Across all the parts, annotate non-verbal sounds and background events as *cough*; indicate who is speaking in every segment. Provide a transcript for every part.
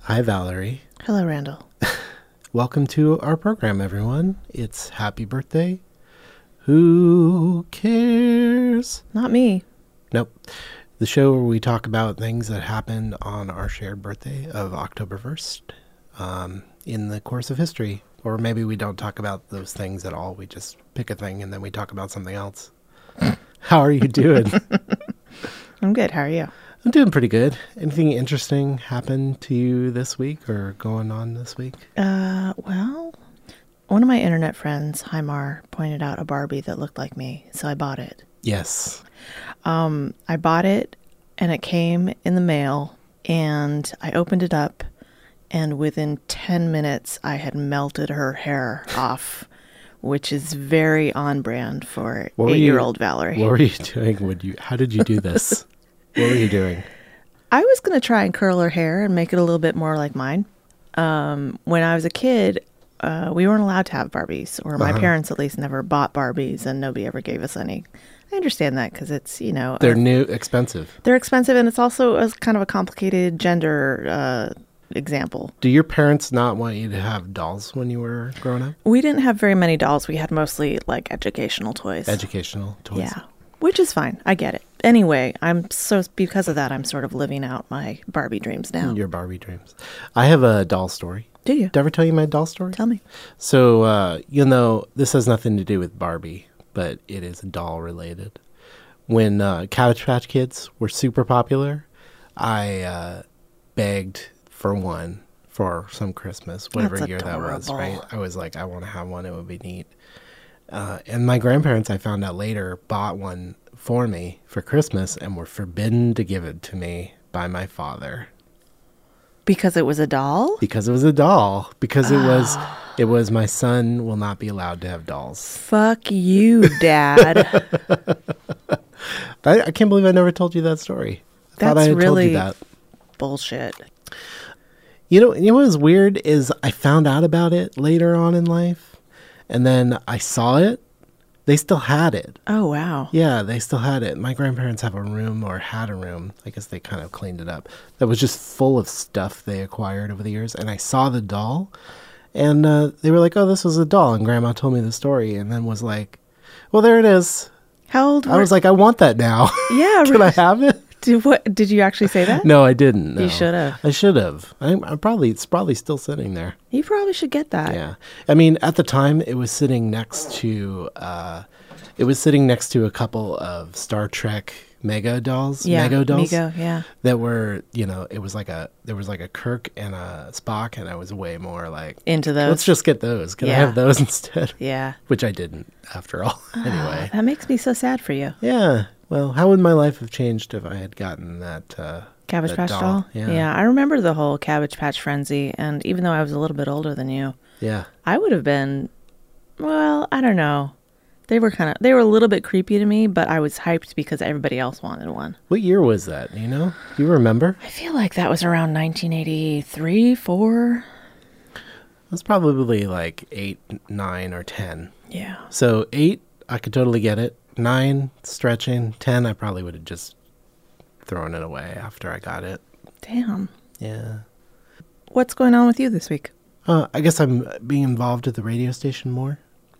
Speaker 1: Hi, Valerie.
Speaker 2: Hello, Randall.
Speaker 1: Welcome to our program, everyone. It's happy birthday. Who cares?
Speaker 2: Not me.
Speaker 1: Nope. The show where we talk about things that happened on our shared birthday of October 1st um, in the course of history. Or maybe we don't talk about those things at all. We just pick a thing and then we talk about something else. How are you doing?
Speaker 2: I'm good. How are you?
Speaker 1: I'm doing pretty good. Anything interesting happened to you this week or going on this week?
Speaker 2: Uh, well, one of my internet friends, Hymar, pointed out a Barbie that looked like me, so I bought it.
Speaker 1: Yes.
Speaker 2: Um, I bought it and it came in the mail and I opened it up and within 10 minutes I had melted her hair off, which is very on brand for
Speaker 1: What were you-
Speaker 2: 8-year-old Valerie.
Speaker 1: What were you doing? Would you? How did you do this? what were you doing?
Speaker 2: I was going to try and curl her hair and make it a little bit more like mine. Um, when I was a kid, uh, we weren't allowed to have Barbies, or my parents at least never bought Barbies, and nobody ever gave us any. I understand that because it's, you know,
Speaker 1: They're
Speaker 2: uh,
Speaker 1: new, expensive.
Speaker 2: they're expensive and it's also a s- kind of a complicated gender uh, example.
Speaker 1: Do your parents not want you to have dolls when you were growing up?
Speaker 2: We didn't have very many dolls. We had mostly like educational toys.
Speaker 1: Educational toys.
Speaker 2: Yeah. Which is fine. I get it. Anyway, I'm so, because of that, I'm sort of living out my Barbie dreams now.
Speaker 1: Your Barbie dreams. I have a doll story.
Speaker 2: Do you?
Speaker 1: Did I ever tell you my doll story?
Speaker 2: Tell me.
Speaker 1: So, uh, you know, this has nothing to do with Barbie, but it is doll related. When uh, Cabbage Patch Kids were super popular, I uh, begged for one for some Christmas, whatever
Speaker 2: That's
Speaker 1: year that was,
Speaker 2: adorable.
Speaker 1: right? I was like, I want to have one. It would be neat. Uh, and my grandparents, I found out later, bought one for me for Christmas and were forbidden to give it to me by my father
Speaker 2: Because it was a doll?
Speaker 1: because it was a doll because it
Speaker 2: *gasps*
Speaker 1: was it was my son will not be allowed to have dolls
Speaker 2: Fuck you,
Speaker 1: *laughs*
Speaker 2: Dad.
Speaker 1: i, I can't believe i never told you that story i thought
Speaker 2: That's
Speaker 1: i had told you
Speaker 2: really-
Speaker 1: that
Speaker 2: Bullshit.
Speaker 1: you know you know what was weird is i found out about it later on in life and then i saw it they still had it
Speaker 2: Oh wow.
Speaker 1: yeah they still had it my grandparents have a room or had a room i guess they kind of cleaned it up that was just full of stuff they acquired over the years and i saw the doll and uh, they were like oh this was a doll and grandma told me the story and then was like well there it is
Speaker 2: How old?
Speaker 1: I was like, I want that now. *laughs*
Speaker 2: yeah.
Speaker 1: Can I
Speaker 2: right.
Speaker 1: have it?
Speaker 2: Did, what did you actually say
Speaker 1: *laughs*
Speaker 2: that?
Speaker 1: No, I didn't. no.
Speaker 2: You should've.
Speaker 1: I should have. I'm, I'm probably it's probably still sitting there.
Speaker 2: You probably should get that.
Speaker 1: Yeah. I mean, at the time, it was sitting next to uh, it was sitting next to a couple of Star Trek Mega dolls.
Speaker 2: Yeah.
Speaker 1: Mego dolls.
Speaker 2: Mego, yeah.
Speaker 1: That were, you know, it was like a there was like a Kirk and a Spock, and I was way more like,
Speaker 2: Into those.
Speaker 1: let's just get those. Can I
Speaker 2: Yeah.
Speaker 1: have those *laughs* instead?
Speaker 2: yeah.
Speaker 1: Which I didn't after all.
Speaker 2: Ah.
Speaker 1: anyway.
Speaker 2: That makes me so sad for you.
Speaker 1: Yeah. Well, how would my life have changed if I had gotten that uh,
Speaker 2: Cabbage
Speaker 1: that
Speaker 2: Patch doll.
Speaker 1: Yeah.
Speaker 2: yeah. I remember the whole Cabbage Patch frenzy, and even though I was a little bit older than you,
Speaker 1: Yeah.
Speaker 2: I would have been. Well, I don't know. They were kind of. They were a little bit creepy to me, but I was hyped because everybody else wanted one.
Speaker 1: What year was that? You know? Do you remember?
Speaker 2: I feel like that was around 1983, four.
Speaker 1: It was probably like eight, nine, or ten.
Speaker 2: Yeah.
Speaker 1: So eight, I could totally get it. Nine, stretching. Ten, I probably would have just thrown it away after I got it.
Speaker 2: Damn.
Speaker 1: Yeah.
Speaker 2: What's going on with you this week?
Speaker 1: Uh, I guess I'm being involved at the radio station more.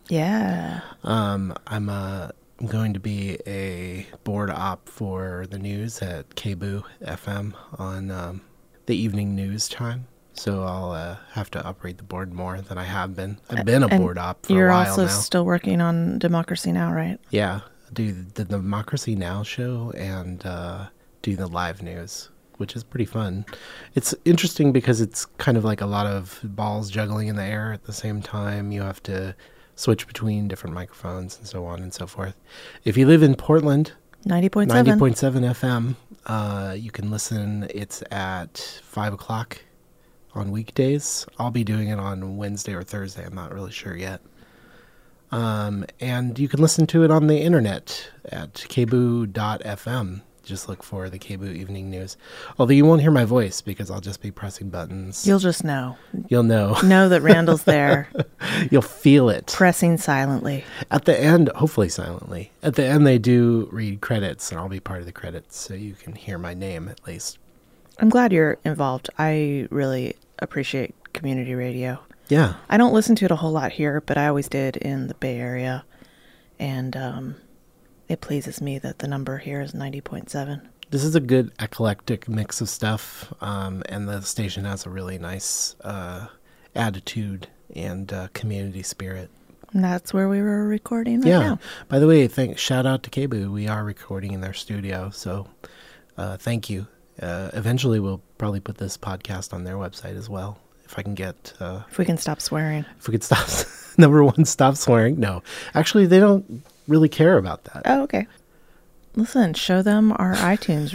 Speaker 2: Yeah.
Speaker 1: Um, I'm uh, I'm going to be a board op for the news at KBOO FM on um, the evening news time. So I'll uh, have to operate the board more than I have been. I've been a
Speaker 2: and
Speaker 1: board op for
Speaker 2: You're
Speaker 1: a while
Speaker 2: also
Speaker 1: now.
Speaker 2: still working on Democracy Now, right?
Speaker 1: yeah, do the Democracy Now show and uh, do the live news, which is pretty fun. It's interesting because it's kind of like a lot of balls juggling in the air at the same time. You have to switch between different microphones and so on and so forth. If you live in Portland,
Speaker 2: 90.7.
Speaker 1: 90.7 FM. Uh, you can listen. It's at 5 o'clock on weekdays. I'll be doing it on Wednesday or Thursday. I'm not really sure yet. Um, and you can listen to it on the internet at kboo.fm. Just look for the KBOO Evening News. Although you won't hear my voice because I'll just be pressing buttons. You'll,
Speaker 2: You'll just know.
Speaker 1: *laughs* know.
Speaker 2: Know that
Speaker 1: *laughs*
Speaker 2: Randall's there,
Speaker 1: You'll feel it.
Speaker 2: pressing silently.
Speaker 1: At the end, hopefully silently, at the end, they do read credits, and I'll be part of the credits so you can hear my name at least.
Speaker 2: I'm glad you're involved. I really appreciate community radio.
Speaker 1: Yeah.
Speaker 2: I don't listen to it a whole lot here, but I always did in the Bay Area. And um, it pleases me that the number here is 90.7.
Speaker 1: This is a good eclectic mix of stuff, um, and the station has a really nice uh, attitude and uh, community spirit.
Speaker 2: And that's where we were recording right
Speaker 1: yeah.
Speaker 2: now.
Speaker 1: By the way, thank shout out to Kebu. We are recording in their studio, so uh, thank you. Uh, eventually, we'll probably put this podcast on their website as well. If I can get, uh,
Speaker 2: If we can stop swearing.
Speaker 1: if we could stop *laughs* number one, stop swearing. No, actually, they don't really care about that.
Speaker 2: Oh, okay. Listen, show them our iTunes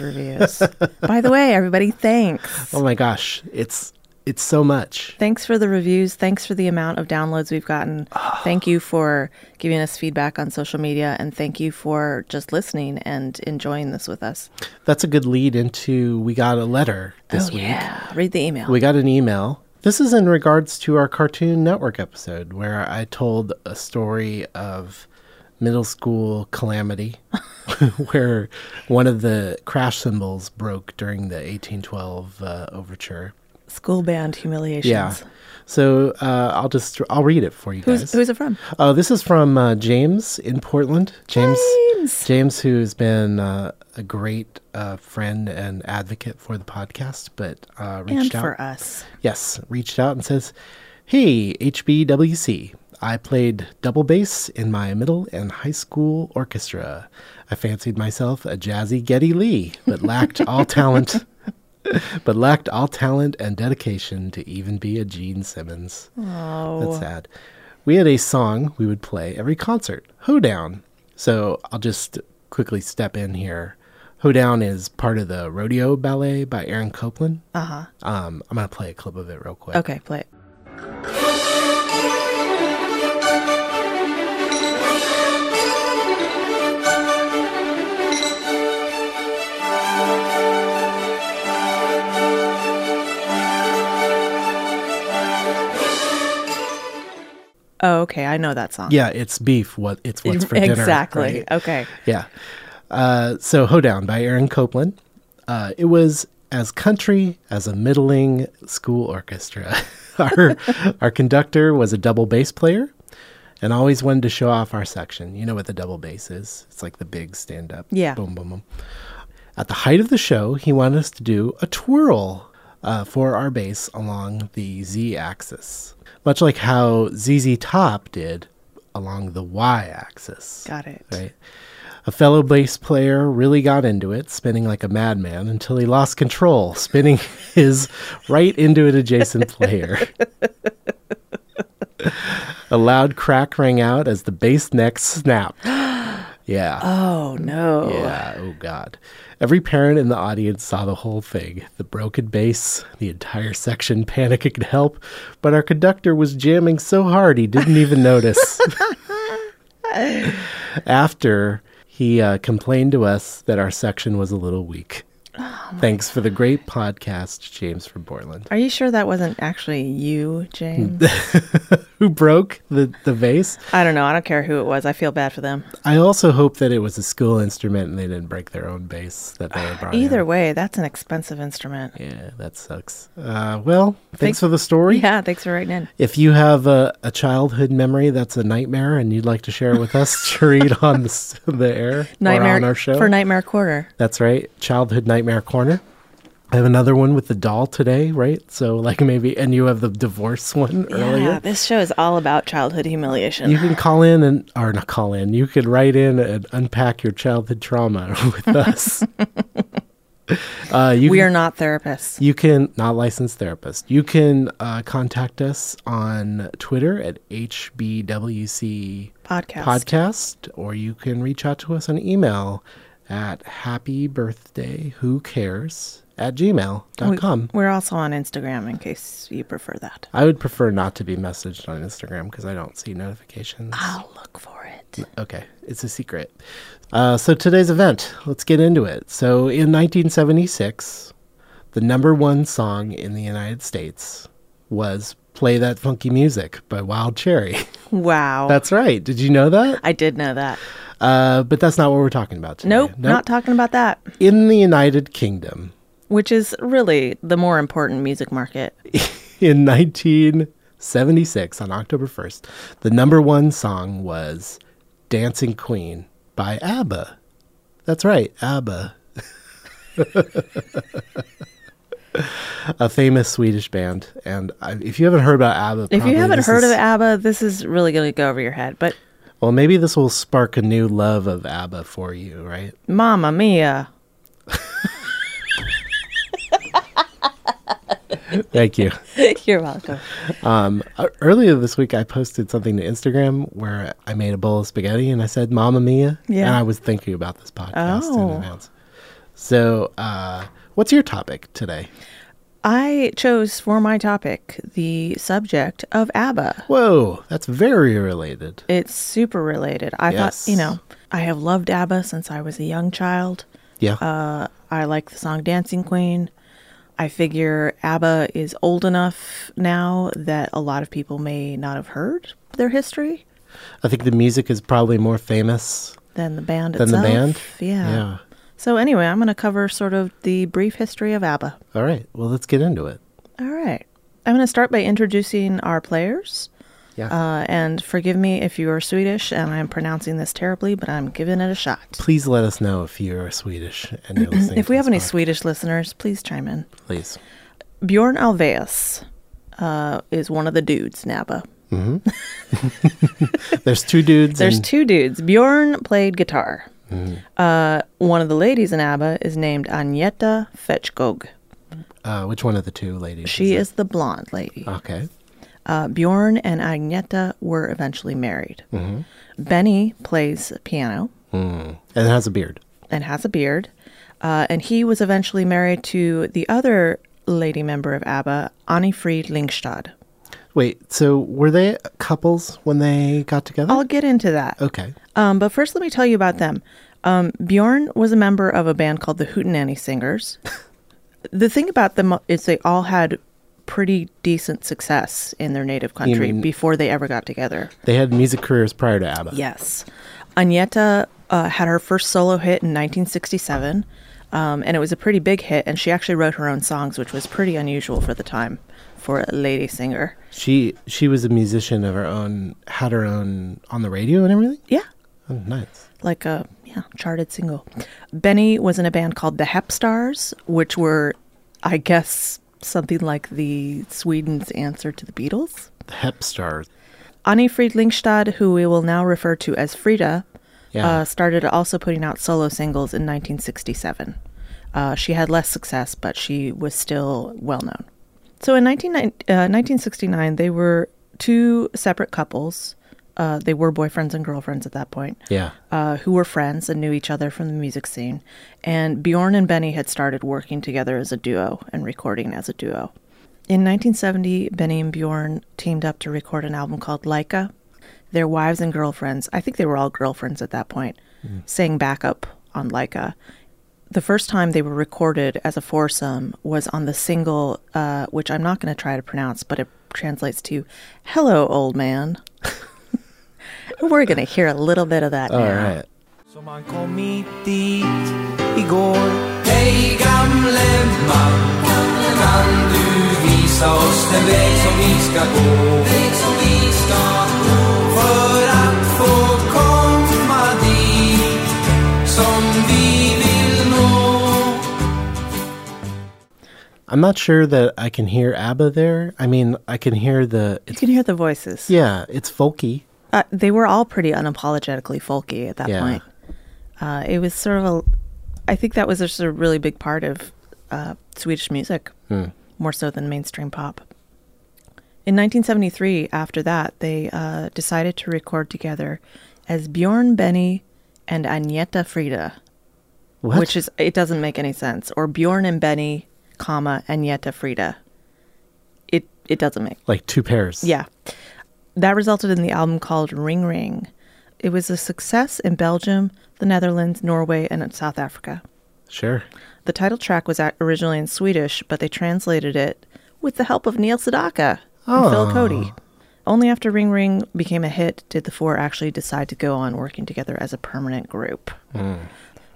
Speaker 1: *laughs*
Speaker 2: reviews. By the way, everybody, thanks.
Speaker 1: Oh my gosh, it's it's so much.
Speaker 2: Thanks for the reviews. Thanks for the amount of downloads we've gotten.
Speaker 1: Ah.
Speaker 2: Thank you for giving us feedback on social media and thank you for just listening and enjoying this with us.
Speaker 1: That's a good lead into. We got a letter this
Speaker 2: oh,
Speaker 1: week.
Speaker 2: yeah. Read the email.
Speaker 1: We got an email. This is in regards to our Cartoon Network episode where I told a story of middle school calamity *laughs* where one of the crash cymbals broke during the 1812 uh, overture.
Speaker 2: School band humiliations.
Speaker 1: Yeah. So uh, I'll just I'll read it for you
Speaker 2: Who's,
Speaker 1: guys.
Speaker 2: who's it from?
Speaker 1: Oh, this is from uh, James in Portland. James,
Speaker 2: James!
Speaker 1: James, who's been uh, a great uh, friend and advocate for the podcast, but uh, reached
Speaker 2: And
Speaker 1: out
Speaker 2: for us.
Speaker 1: Yes, reached out and says, "Hey HBWC, I played double bass in my middle and high school orchestra. I fancied myself a jazzy Getty Lee, but lacked all
Speaker 2: *laughs*
Speaker 1: talent." But lacked all talent and dedication to even be a Gene Simmons. That's
Speaker 2: Oh.
Speaker 1: sad. We had a song we would play every concert, Hoedown. So I'll just quickly step in here. Hoedown is part of the Rodeo Ballet by Aaron Copland.
Speaker 2: Uh huh.
Speaker 1: Um, I'm going to play a clip of it real quick.
Speaker 2: Okay, play it. Oh, okay. I know that song.
Speaker 1: Yeah, it's beef. What It's what's for dinner.
Speaker 2: exactly.
Speaker 1: right?
Speaker 2: Okay.
Speaker 1: Yeah. Uh, so Hoedown by Aaron Copland. Uh, it was as country as a middling school orchestra. *laughs* our our conductor was a double bass player, and always wanted to show off our section. You know what the double bass is? It's like the big stand up.
Speaker 2: Yeah.
Speaker 1: Boom boom boom. At the height of the show, he wanted us to do a twirl uh, for our bass along the Z axis, much like how ZZ Top did along the Y axis.
Speaker 2: Got it.
Speaker 1: Right. A fellow bass player really got into it, spinning like a madman until he lost control, spinning *laughs* his right into an adjacent
Speaker 2: *laughs*
Speaker 1: player. a loud crack rang out as the bass neck snapped. *gasps* Yeah.
Speaker 2: Oh, no.
Speaker 1: Yeah, oh God. Every parent in the audience saw the whole thing the broken bass, the entire section panicking to help, but our conductor was jamming so hard he didn't even notice. After, he uh, complained to us that our section was a little weak. Thanks for the great podcast, James from Portland.
Speaker 2: Are you sure that wasn't actually you,
Speaker 1: *laughs*
Speaker 2: James?
Speaker 1: Who broke the, the vase?
Speaker 2: I don't know. I don't care who it was. I feel bad for them.
Speaker 1: I also hope that it was a school instrument and they didn't break their own bass that they had brought in.
Speaker 2: Either way, that's an expensive instrument.
Speaker 1: Yeah, that sucks. Uh, well, thanks, for the story.
Speaker 2: Yeah, thanks for writing in.
Speaker 1: If you have a, a childhood memory that's a nightmare and you'd like to share with us *laughs* to read on the, s- the air
Speaker 2: Nightmare
Speaker 1: or on our show,
Speaker 2: for Nightmare Quarter.
Speaker 1: that's right, Childhood Nightmare Corner. I have another one with the doll today, right? So, like maybe, and you have the divorce one
Speaker 2: Yeah,
Speaker 1: earlier.
Speaker 2: this show is all about childhood humiliation.
Speaker 1: You can call in and, or not call in, you could write in and unpack your childhood trauma *laughs* with us.
Speaker 2: *laughs*
Speaker 1: uh, you
Speaker 2: we
Speaker 1: can-
Speaker 2: are not therapists.
Speaker 1: You can not licensed therapist. You can uh, contact us on Twitter at HBWC
Speaker 2: Podcast.
Speaker 1: podcast, or you can reach out to us on email at happy birthday who cares at
Speaker 2: Oh,
Speaker 1: gmail.com.
Speaker 2: We're also on Instagram in case you prefer that.
Speaker 1: I would prefer not to be messaged on Instagram because I don't see notifications.
Speaker 2: I'll look for it.
Speaker 1: Okay, it's a secret. Uh, so today's event, let's get into it. So in 1976, the number one song in the United States was "Play That Funky Music" by Wild Cherry. *laughs*
Speaker 2: Wow.
Speaker 1: that's right. Did you know that?
Speaker 2: I did know that.
Speaker 1: Uh, but that's not what we're talking about today.
Speaker 2: Nope, not talking about that,
Speaker 1: in the United Kingdom.
Speaker 2: which is really the more important music market.
Speaker 1: in 1976, on October 1st, the number one song was Dancing Queen by ABBA. That's right, ABBA. *laughs* a famous Swedish band. And I, if you haven't heard about ABBA,
Speaker 2: If
Speaker 1: probably
Speaker 2: you haven't
Speaker 1: this
Speaker 2: heard
Speaker 1: is-
Speaker 2: of ABBA, this is really going to go over your head. But
Speaker 1: well, maybe this will spark a new love of ABBA for you, right? *laughs*
Speaker 2: Mamma Mia.
Speaker 1: Thank you.
Speaker 2: You're welcome.
Speaker 1: Um, uh, earlier this week, I posted something to Instagram where I made a bowl of spaghetti and I said "Mamma Mia,"
Speaker 2: Yeah.
Speaker 1: and I was thinking about this podcast
Speaker 2: Oh.
Speaker 1: in advance. So, uh, what's your topic today?
Speaker 2: I chose for my topic the subject of ABBA.
Speaker 1: Whoa, that's very related.
Speaker 2: It's super related. I
Speaker 1: Yes.
Speaker 2: thought, you know, I have loved ABBA since I was a young child.
Speaker 1: Yeah,
Speaker 2: Uh, I like the song Dancing Queen. I figure ABBA is old enough now that a lot of people may not have heard their history
Speaker 1: I think the music is probably more famous.
Speaker 2: than the band
Speaker 1: Than the
Speaker 2: itself.
Speaker 1: band?
Speaker 2: Yeah.
Speaker 1: Yeah.
Speaker 2: So, anyway, I'm going to cover sort of the brief history of ABBA.
Speaker 1: All right, well, let's get into it.
Speaker 2: All right. I'm going to start by introducing our players.
Speaker 1: Yeah,
Speaker 2: Uh, and forgive me if you are Swedish and I'm pronouncing this terribly, but I'm giving it a shot.
Speaker 1: please let us know if you're Swedish and you're listening.
Speaker 2: *clears throat* If
Speaker 1: to
Speaker 2: we have
Speaker 1: this
Speaker 2: any
Speaker 1: pod-
Speaker 2: Swedish listeners, please chime in.
Speaker 1: please.
Speaker 2: Bjorn Alvaeus uh, is one of the dudes in ABBA.
Speaker 1: There's two dudes.
Speaker 2: There's
Speaker 1: and-
Speaker 2: two dudes. Bjorn played guitar. Uh, one of the ladies in ABBA is named Agneta Fetchkog.
Speaker 1: uh, which one of the two ladies?
Speaker 2: She
Speaker 1: it?
Speaker 2: is the blonde lady.
Speaker 1: Okay.
Speaker 2: Uh, Bjorn and Agneta were eventually married. Benny plays piano
Speaker 1: Mm. And has a beard.
Speaker 2: and has a beard. Uh, and he was eventually married to the other lady member of ABBA, Annifried Lingstad.
Speaker 1: Wait, so were they couples when they got together?
Speaker 2: I'll get into that.
Speaker 1: okay.
Speaker 2: Um, but first, let me tell you about them. Um, Bjorn was a member of a band called the Hootenanny Singers. *laughs* the thing about them is they all had pretty decent success in their native country
Speaker 1: mean-
Speaker 2: before they ever got together.
Speaker 1: They had music careers prior to ABBA.
Speaker 2: Yes. Agneta uh, had her first solo hit in 1967, um, and it was a pretty big hit, and she actually wrote her own songs, which was pretty unusual for the time for a lady singer.
Speaker 1: She she was a musician of her own, had her own on the radio and everything.
Speaker 2: Yeah.
Speaker 1: Oh, nice.
Speaker 2: like a yeah charted single. Benny was in a band called the Hep Stars, which were, I guess, something like the Sweden's answer to the Beatles.
Speaker 1: The Hep Stars.
Speaker 2: Annie Lingstad, who we will now refer to as Frida,
Speaker 1: Yeah.
Speaker 2: uh, started also putting out solo singles in 1967. Uh, she had less success, but she was still well known. So in 19, uh, 1969, they were two separate couples. Uh, they were boyfriends and girlfriends at that point
Speaker 1: Yeah.
Speaker 2: uh, who were friends and knew each other from the music scene. And Bjorn and Benny had started working together as a duo and recording as a duo. In 1970, Benny and Bjorn teamed up to record an album called Laika. Their wives and girlfriends, I think they were all girlfriends at that point,
Speaker 1: Mm.
Speaker 2: sang backup on Laika. The first time they were recorded as a foursome was on the single, uh, which I'm not going to try to pronounce, but it translates to Hello, Old Man. *laughs* We're going to hear a little bit of that
Speaker 1: All
Speaker 2: now.
Speaker 1: right.
Speaker 3: Som han kom hit dit igår Hej gamle man, kan du visa oss den väg som vi ska gå? Väg som vi ska gå För att få komma dit som vi vill nå
Speaker 1: I'm not sure that I can hear ABBA there. I mean, I can hear the.
Speaker 2: You
Speaker 1: It's,
Speaker 2: can hear the voices.
Speaker 1: yeah, it's folky.
Speaker 2: Uh, they were all pretty unapologetically folky at that
Speaker 1: Yeah.
Speaker 2: point. Uh, it was sort of a, I think that was just a really big part of uh, Swedish music,
Speaker 1: Hmm.
Speaker 2: more so than mainstream pop. In 1973, after that, they uh, decided to record together as Bjorn Benny and Agneta Frida,
Speaker 1: What?
Speaker 2: which is it doesn't make any sense. Or Bjorn and Benny, comma Agneta Frida. It it doesn't make
Speaker 1: like two pairs.
Speaker 2: yeah. That resulted in the album called Ring Ring. It was a success in Belgium, the Netherlands, Norway, and in South Africa.
Speaker 1: Sure.
Speaker 2: The title track was a- originally in Swedish, but they translated it with the help of Neil Sedaka and Phil Cody. Only after Ring Ring became a hit did the four actually decide to go on working together as a permanent group.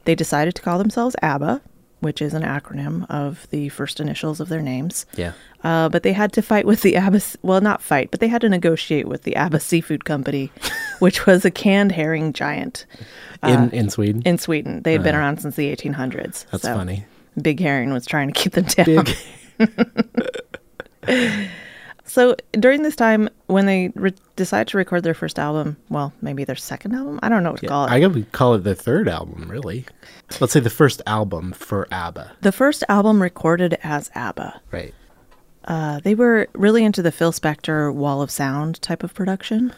Speaker 2: They decided to call themselves ABBA, which is an acronym of the first initials of their names.
Speaker 4: Yeah.
Speaker 2: Uh, but they had to fight with the Abbas, well, not fight, but they had to negotiate with the Abbas
Speaker 1: *laughs*
Speaker 2: Seafood Company, which was a canned herring giant
Speaker 1: in in Sweden.
Speaker 2: Uh, in Sweden. They had been around since the 1800s.
Speaker 1: That's funny.
Speaker 2: Big Herring was trying to keep them
Speaker 1: *laughs*
Speaker 2: down. *laughs* so during this time, when they re- decide to record their first album, well, maybe their second album, I don't know what to call it.
Speaker 1: I would call it the third album, really. Let's say the first album for ABBA,
Speaker 2: the first album recorded as ABBA.
Speaker 1: right?
Speaker 2: Uh, they were really into the Phil Spector wall of sound type of production.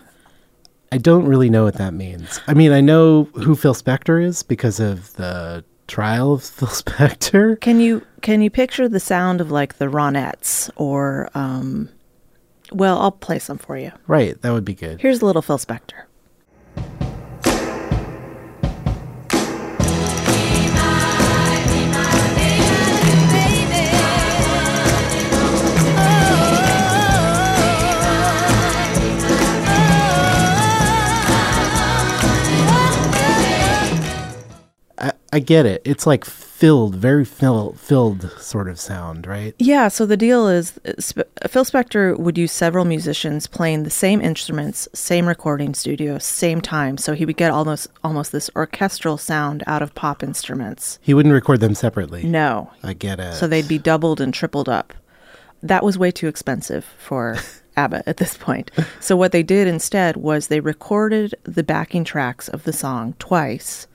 Speaker 1: I don't really know what that means. I mean, I know who Phil Spector is because of the trial of *laughs* Phil Spector.
Speaker 2: Can you can you picture the sound of like the Ronettes or um, well, I'll play some for you.
Speaker 1: Right, that would be good.
Speaker 2: Here's a little Phil Spector.
Speaker 1: I get it. It's like filled, very fill, filled sort of sound, right?
Speaker 2: Yeah, so the deal is uh, Sp- Phil Spector would use several musicians playing the same instruments, same recording studio, same time, so he would get almost almost this orchestral sound out of pop instruments.
Speaker 1: He wouldn't record them separately.
Speaker 2: No.
Speaker 1: I get it.
Speaker 2: So they'd be doubled and tripled up. That was way too expensive for ABBA at this point. So what they did instead was they recorded the backing tracks of the song twice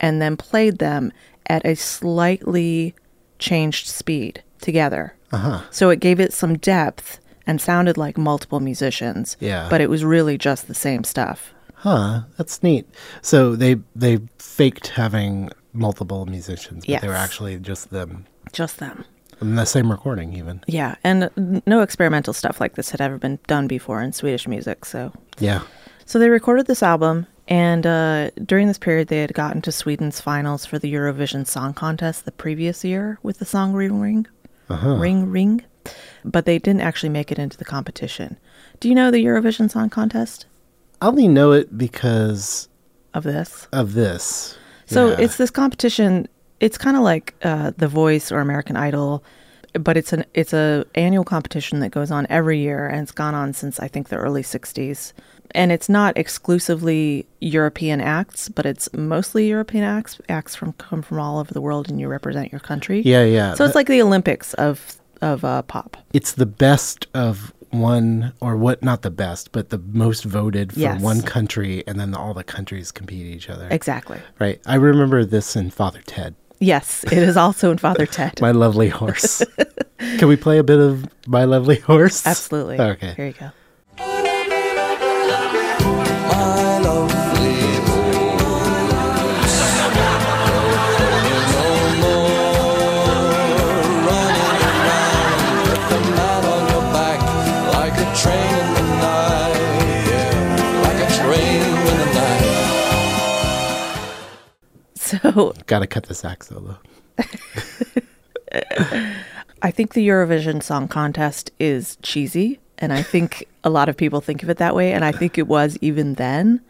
Speaker 2: and then played them at a slightly changed speed together. Uh-huh. So it gave it some depth and sounded like multiple musicians.
Speaker 1: Yeah.
Speaker 2: But it was really just the same stuff.
Speaker 1: huh? That's neat. So they they faked having multiple musicians, but they were
Speaker 2: Yes.
Speaker 1: actually just them
Speaker 2: Just them.
Speaker 1: in the same recording, even.
Speaker 2: Yeah, and n- no experimental stuff like this had ever been done before in Swedish music, so
Speaker 1: Yeah.
Speaker 2: So they recorded this album, and uh, during this period, they had gotten to Sweden's finals for the Eurovision Song Contest the previous year with the song Ring Ring. Ring Ring. But they didn't actually make it into the competition. Do you know the Eurovision Song Contest
Speaker 1: I only know it because
Speaker 2: of this?
Speaker 1: of this.
Speaker 2: So
Speaker 1: Yeah.
Speaker 2: it's this competition. It's kind of like uh, The Voice or American Idol, but it's an it's a annual competition that goes on every year, and it's gone on since I think the early '60s. And it's not exclusively European acts, but it's mostly European acts. Acts from come from all over the world, and you represent your country.
Speaker 1: Yeah, yeah.
Speaker 2: So it's
Speaker 1: That-
Speaker 2: like the Olympics of of uh, pop.
Speaker 1: it's the best of one or what not the best, but the most voted for
Speaker 2: Yes.
Speaker 1: one country and then all the countries compete each other.
Speaker 2: Exactly.
Speaker 1: right. I remember this in Father Ted.
Speaker 2: Yes, it is also in
Speaker 1: *laughs*
Speaker 2: Father Ted.
Speaker 1: My Lovely
Speaker 2: *laughs*
Speaker 1: Horse. Can we play a bit of My Lovely Horse?
Speaker 2: Absolutely. Here
Speaker 1: Okay.
Speaker 2: you go.
Speaker 3: My lovely horse, you're no more running around with the man on your back like a train in the night, yeah, like a train in the night.
Speaker 2: So
Speaker 1: Gotta cut the sax solo.
Speaker 2: I think the Eurovision Song Contest is cheesy, and I think a lot of people think of it that way, and I think it was even then.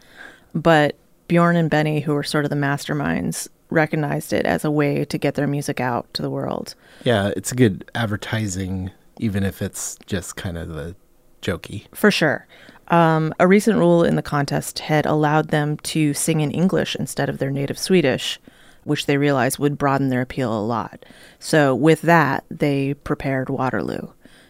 Speaker 2: But Bjorn and Benny, who were sort of the masterminds, recognized it as a way to get their music out to the world.
Speaker 1: Yeah, it's good advertising, even if it's just kind of the jokey.
Speaker 2: For sure. Um, a recent rule in the contest had allowed them to sing in English instead of their native Swedish, which they realized would broaden their appeal a lot. So, with that, they prepared Waterloo.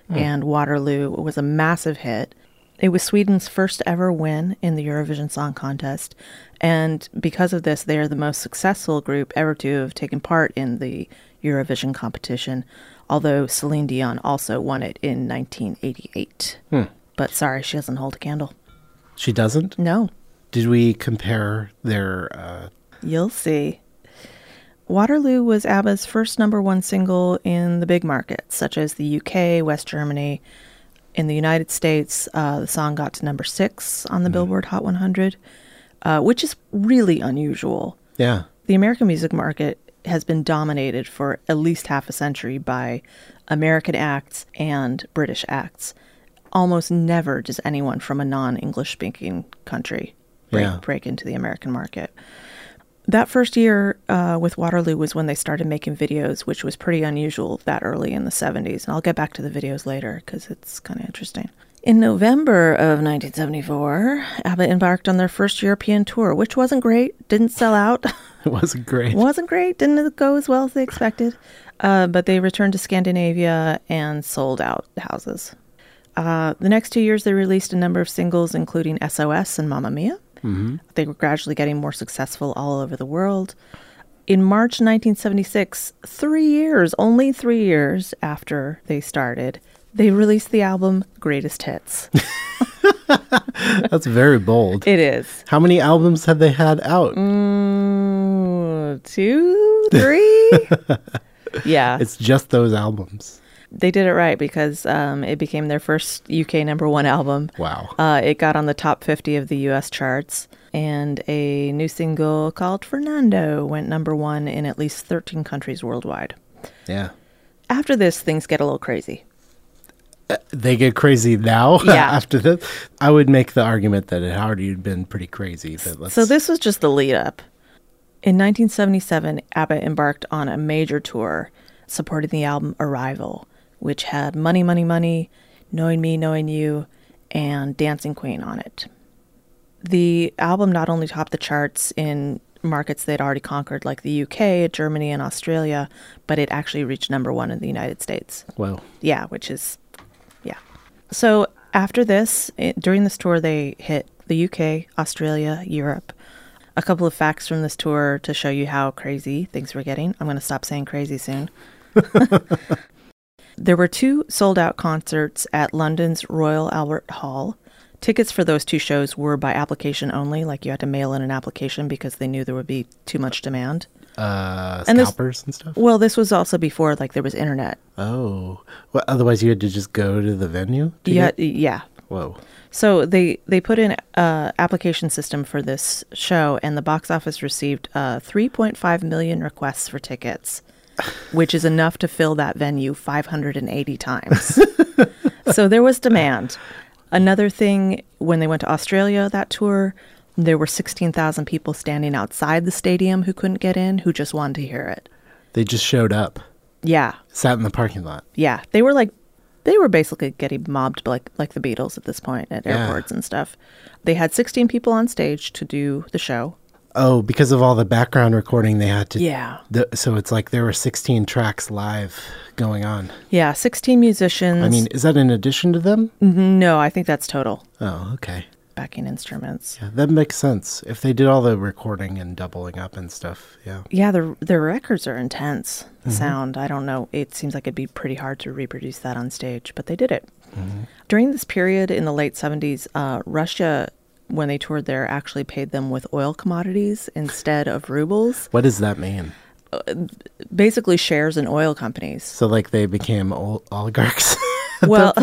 Speaker 2: And Waterloo was a massive hit. It was Sweden's first ever win in the Eurovision Song Contest. And because of this, they are the most successful group ever to have taken part in the Eurovision competition, although Celine Dion also won it in 1988. But sorry, she doesn't hold a candle.
Speaker 1: She doesn't?
Speaker 2: No,
Speaker 1: Did we compare their uh,
Speaker 2: you'll see. Waterloo was ABBA's first number one single in the big markets, such as the UK, West Germany. In the United States, uh, the song got to number six on the Billboard Hot 100, uh, which is really unusual.
Speaker 1: Yeah. *laughs*
Speaker 2: The American music market has been dominated for at least half a century by American acts and British acts. Almost never does anyone from a non English speaking country break,
Speaker 1: Yeah.
Speaker 2: break into the American market. that first year uh, with Waterloo was when they started making videos, which was pretty unusual that early in the 70s. And I'll get back to the videos later because it's kind of interesting. In November of 1974, ABBA embarked on their first European tour, which wasn't great, didn't sell out. *laughs*
Speaker 1: It wasn't great.
Speaker 2: wasn't great. Didn't go as well as they expected. Uh, but they returned to Scandinavia and sold out houses. Uh, the next two years, they released a number of singles, including SOS and Mamma Mia. They were gradually getting more successful all over the world. In March 1976, three years, only three years after they started, they released the album Greatest Hits.
Speaker 1: That's very bold.
Speaker 2: it is.
Speaker 1: How many albums had they had out?
Speaker 2: Mm, two, three? yeah.
Speaker 1: It's just those albums.
Speaker 2: they did it right because um, it became their first UK number one album.
Speaker 1: Wow.
Speaker 2: Uh, it got on the top 50 of the US charts, and a new single called Fernando went number one in at least 13 countries worldwide.
Speaker 1: Yeah.
Speaker 2: After this, things get a little crazy.
Speaker 1: They get crazy now *laughs*
Speaker 2: Yeah.
Speaker 1: after this. I would make the argument that it had already been pretty crazy. But let's,
Speaker 2: So, this was just the lead up. In 1977, ABBA embarked on a major tour supporting the album Arrival, which had Money, Money, Money, Knowing Me, Knowing You, and Dancing Queen on it. The album not only topped the charts in markets they'd already conquered, like the UK, Germany, and Australia, but it actually reached number one in the United States.
Speaker 1: Well,
Speaker 2: Yeah, which is, yeah. So after this, it, during this tour, they hit the UK, Australia, Europe. A couple of facts from this tour to show you how crazy things were getting. I'm going to stop saying crazy soon. there were two sold out concerts at London's Royal Albert Hall. Tickets for those two shows were by application only, like you had to mail in an application because they knew there would be too much demand.
Speaker 1: uh,
Speaker 2: And this-
Speaker 1: scalpers and stuff.
Speaker 2: Well, this was also before like there was internet.
Speaker 1: Oh, well, otherwise you had to just go to the venue. to
Speaker 2: Yeah,
Speaker 1: get-
Speaker 2: yeah.
Speaker 1: Whoa.
Speaker 2: So they they put in a application system for this show, and the box office received uh, 3.5 million requests for tickets, which is enough to fill that venue 580 times. *laughs* so there was demand. Another thing, when they went to Australia that tour, there were 16,000 people standing outside the stadium who couldn't get in, who just wanted to hear it.
Speaker 1: They just showed up,
Speaker 2: Yeah,
Speaker 1: sat in the parking lot.
Speaker 2: yeah, they were like, they were basically getting mobbed like like the Beatles at this point at
Speaker 1: Yeah.
Speaker 2: airports and stuff. They had 16 people on stage to do the show.
Speaker 1: Oh, because of all the background recording they had to.
Speaker 2: Yeah.
Speaker 1: The, so it's like there were 16 tracks live going on.
Speaker 2: Yeah, 16 musicians.
Speaker 1: I mean, is that in addition to them?
Speaker 2: Mm. no, I think that's total
Speaker 1: Oh, okay.
Speaker 2: backing instruments.
Speaker 1: Yeah, that makes sense. If they did all the recording and doubling up and stuff, yeah.
Speaker 2: Yeah, the the records are intense.
Speaker 1: Mm-hmm.
Speaker 2: The sound, I don't know. It seems like it'd be pretty hard to reproduce that on stage, but they did it.
Speaker 1: Mm-hmm.
Speaker 2: During this period in the late 70s, uh, Russia, when they toured there, actually paid them with oil commodities instead of rubles,
Speaker 1: What does that mean?
Speaker 2: basically shares in oil companies.
Speaker 1: So like they became ol- oligarchs. *laughs*
Speaker 2: well,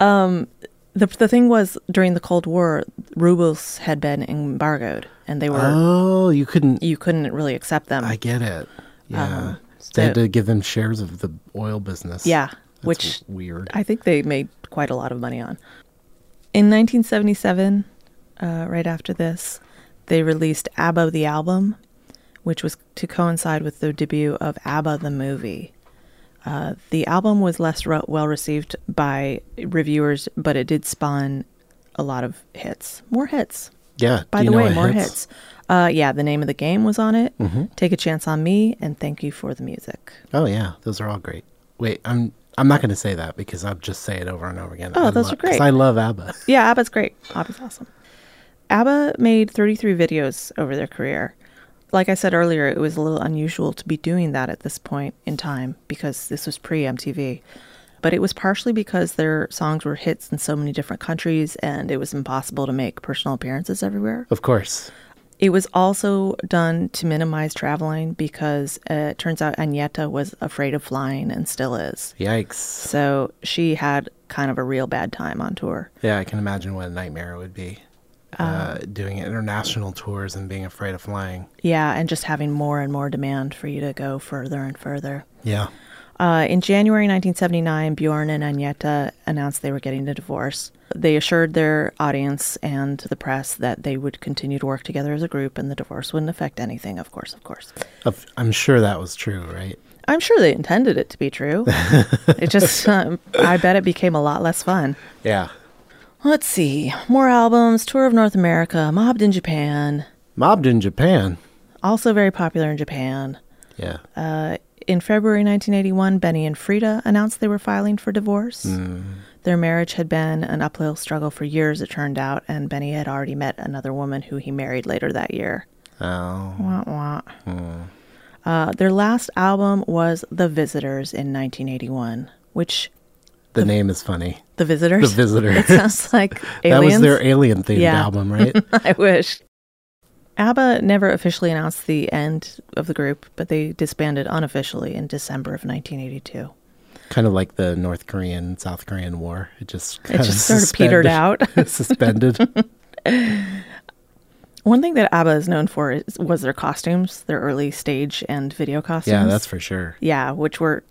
Speaker 2: um, *laughs* the the thing was during the Cold War, rubles had been embargoed, and they were
Speaker 1: oh, you couldn't.
Speaker 2: you couldn't really accept them.
Speaker 1: I get it. Yeah.
Speaker 2: Um,
Speaker 1: they had
Speaker 2: so-
Speaker 1: to give them shares of the oil business.
Speaker 2: yeah,
Speaker 1: That's
Speaker 2: which
Speaker 1: weird.
Speaker 2: I think they made quite a lot of money on. In 1977, uh, right after this, they released ABBA the album, which was to coincide with the debut of ABBA the movie. Uh, the album was less re- well received by reviewers, but it did spawn a lot of hits, more hits.
Speaker 1: yeah.
Speaker 2: By
Speaker 1: do you
Speaker 2: the
Speaker 1: know
Speaker 2: way,
Speaker 1: what Mm-hmm.
Speaker 2: more hits. Uh, yeah, the name of the game was on it. Take a chance on me, and thank you for the music.
Speaker 1: Oh yeah, those are all great. Wait, I'm I'm not going to say that because I'll just say it over and over again.
Speaker 2: Oh,
Speaker 1: I
Speaker 2: those
Speaker 1: lo-
Speaker 2: are great.
Speaker 1: 'cause I love ABBA. *laughs*
Speaker 2: Yeah, ABBA's great. ABBA's awesome. ABBA made 33 videos over their career. Like I said earlier, it was a little unusual to be doing that at this point in time because this was pre MTV. But it was partially because their songs were hits in so many different countries and it was impossible to make personal appearances everywhere.
Speaker 1: Of course.
Speaker 2: It was also done to minimize traveling because uh, it turns out Agneta was afraid of flying and still is.
Speaker 1: Yikes.
Speaker 2: So she had kind of a real bad time on tour.
Speaker 1: Yeah, I can imagine what a nightmare it would be. Uh,
Speaker 2: Um,
Speaker 1: doing international tours and being afraid of flying.
Speaker 2: Yeah, and just having more and more demand for you to go further and further.
Speaker 1: Yeah.
Speaker 2: Uh, in January 1979, Bjorn and Agneta announced they were getting a divorce. They assured their audience and the press that they would continue to work together as a group and the divorce wouldn't affect anything, of course, of course.
Speaker 1: Of- I'm sure that was true, right?
Speaker 2: I'm sure they intended it to be true. it just, um, I bet it became a lot less fun.
Speaker 1: Yeah.
Speaker 2: Let's see. More albums, Tour of North America, Mobbed in Japan,
Speaker 1: Mobbed in Japan.
Speaker 2: also very popular in Japan.
Speaker 1: Yeah.
Speaker 2: Uh, In February 1981, Benny and Frida announced they were filing for divorce. Their marriage had been an uphill struggle for years, it turned out, and Benny had already met another woman who he married later that year.
Speaker 1: oh.
Speaker 2: Wah, wah. Uh, their last album was The Visitors in 1981, which
Speaker 1: The name is funny.
Speaker 2: The Visitors.
Speaker 1: The Visitor.
Speaker 2: *laughs*
Speaker 1: *laughs*
Speaker 2: It sounds like
Speaker 1: That
Speaker 2: aliens.
Speaker 1: was their alien themed
Speaker 2: Yeah.
Speaker 1: album, right?
Speaker 2: *laughs* I wish. ABBA never officially announced the end of the group, but they disbanded unofficially in December of 1982.
Speaker 1: kind of like the North Korean South Korean War. It just
Speaker 2: It
Speaker 1: kind
Speaker 2: just sort of petered out.
Speaker 1: *laughs*
Speaker 2: *laughs*
Speaker 1: suspended.
Speaker 2: One thing that ABBA is known for is, was their costumes, their early stage and video costumes.
Speaker 1: yeah, that's for sure.
Speaker 2: yeah, which were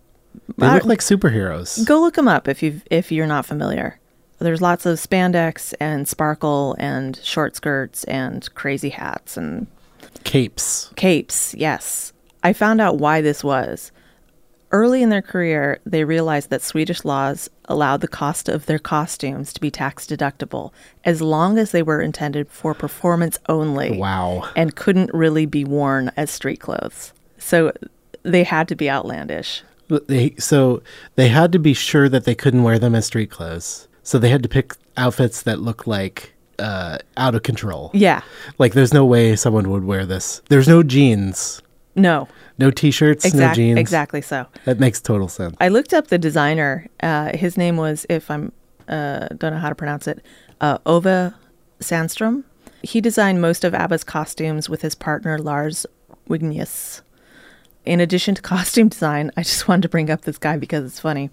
Speaker 1: They
Speaker 2: I-
Speaker 1: look like superheroes.
Speaker 2: go look them up if you if you're not familiar. There's lots of spandex and sparkle and short skirts and crazy hats and
Speaker 1: Capes.
Speaker 2: Capes, yes. I found out why this was. Early in their career, they realized that Swedish laws allowed the cost of their costumes to be tax deductible as long as they were intended for performance only
Speaker 1: Wow.
Speaker 2: and couldn't really be worn as street clothes. So they had to be outlandish.
Speaker 1: But They so they had to be sure that they couldn't wear them as street clothes. So they had to pick outfits that look like uh, out of control.
Speaker 2: Yeah.
Speaker 1: Like there's no way someone would wear this. There's no jeans,
Speaker 2: No.
Speaker 1: no t-shirts, no
Speaker 2: Exactly.
Speaker 1: jeans.
Speaker 2: exactly so.
Speaker 1: That makes total sense.
Speaker 2: I looked up the designer. Uh, his name was, if I'm, uh, don't know how to pronounce it, uh, Ove Sandstrom. He designed most of ABBA's costumes with his partner Lars Wignius. In addition to costume design, I just *laughs* wanted to bring up this guy because it's funny.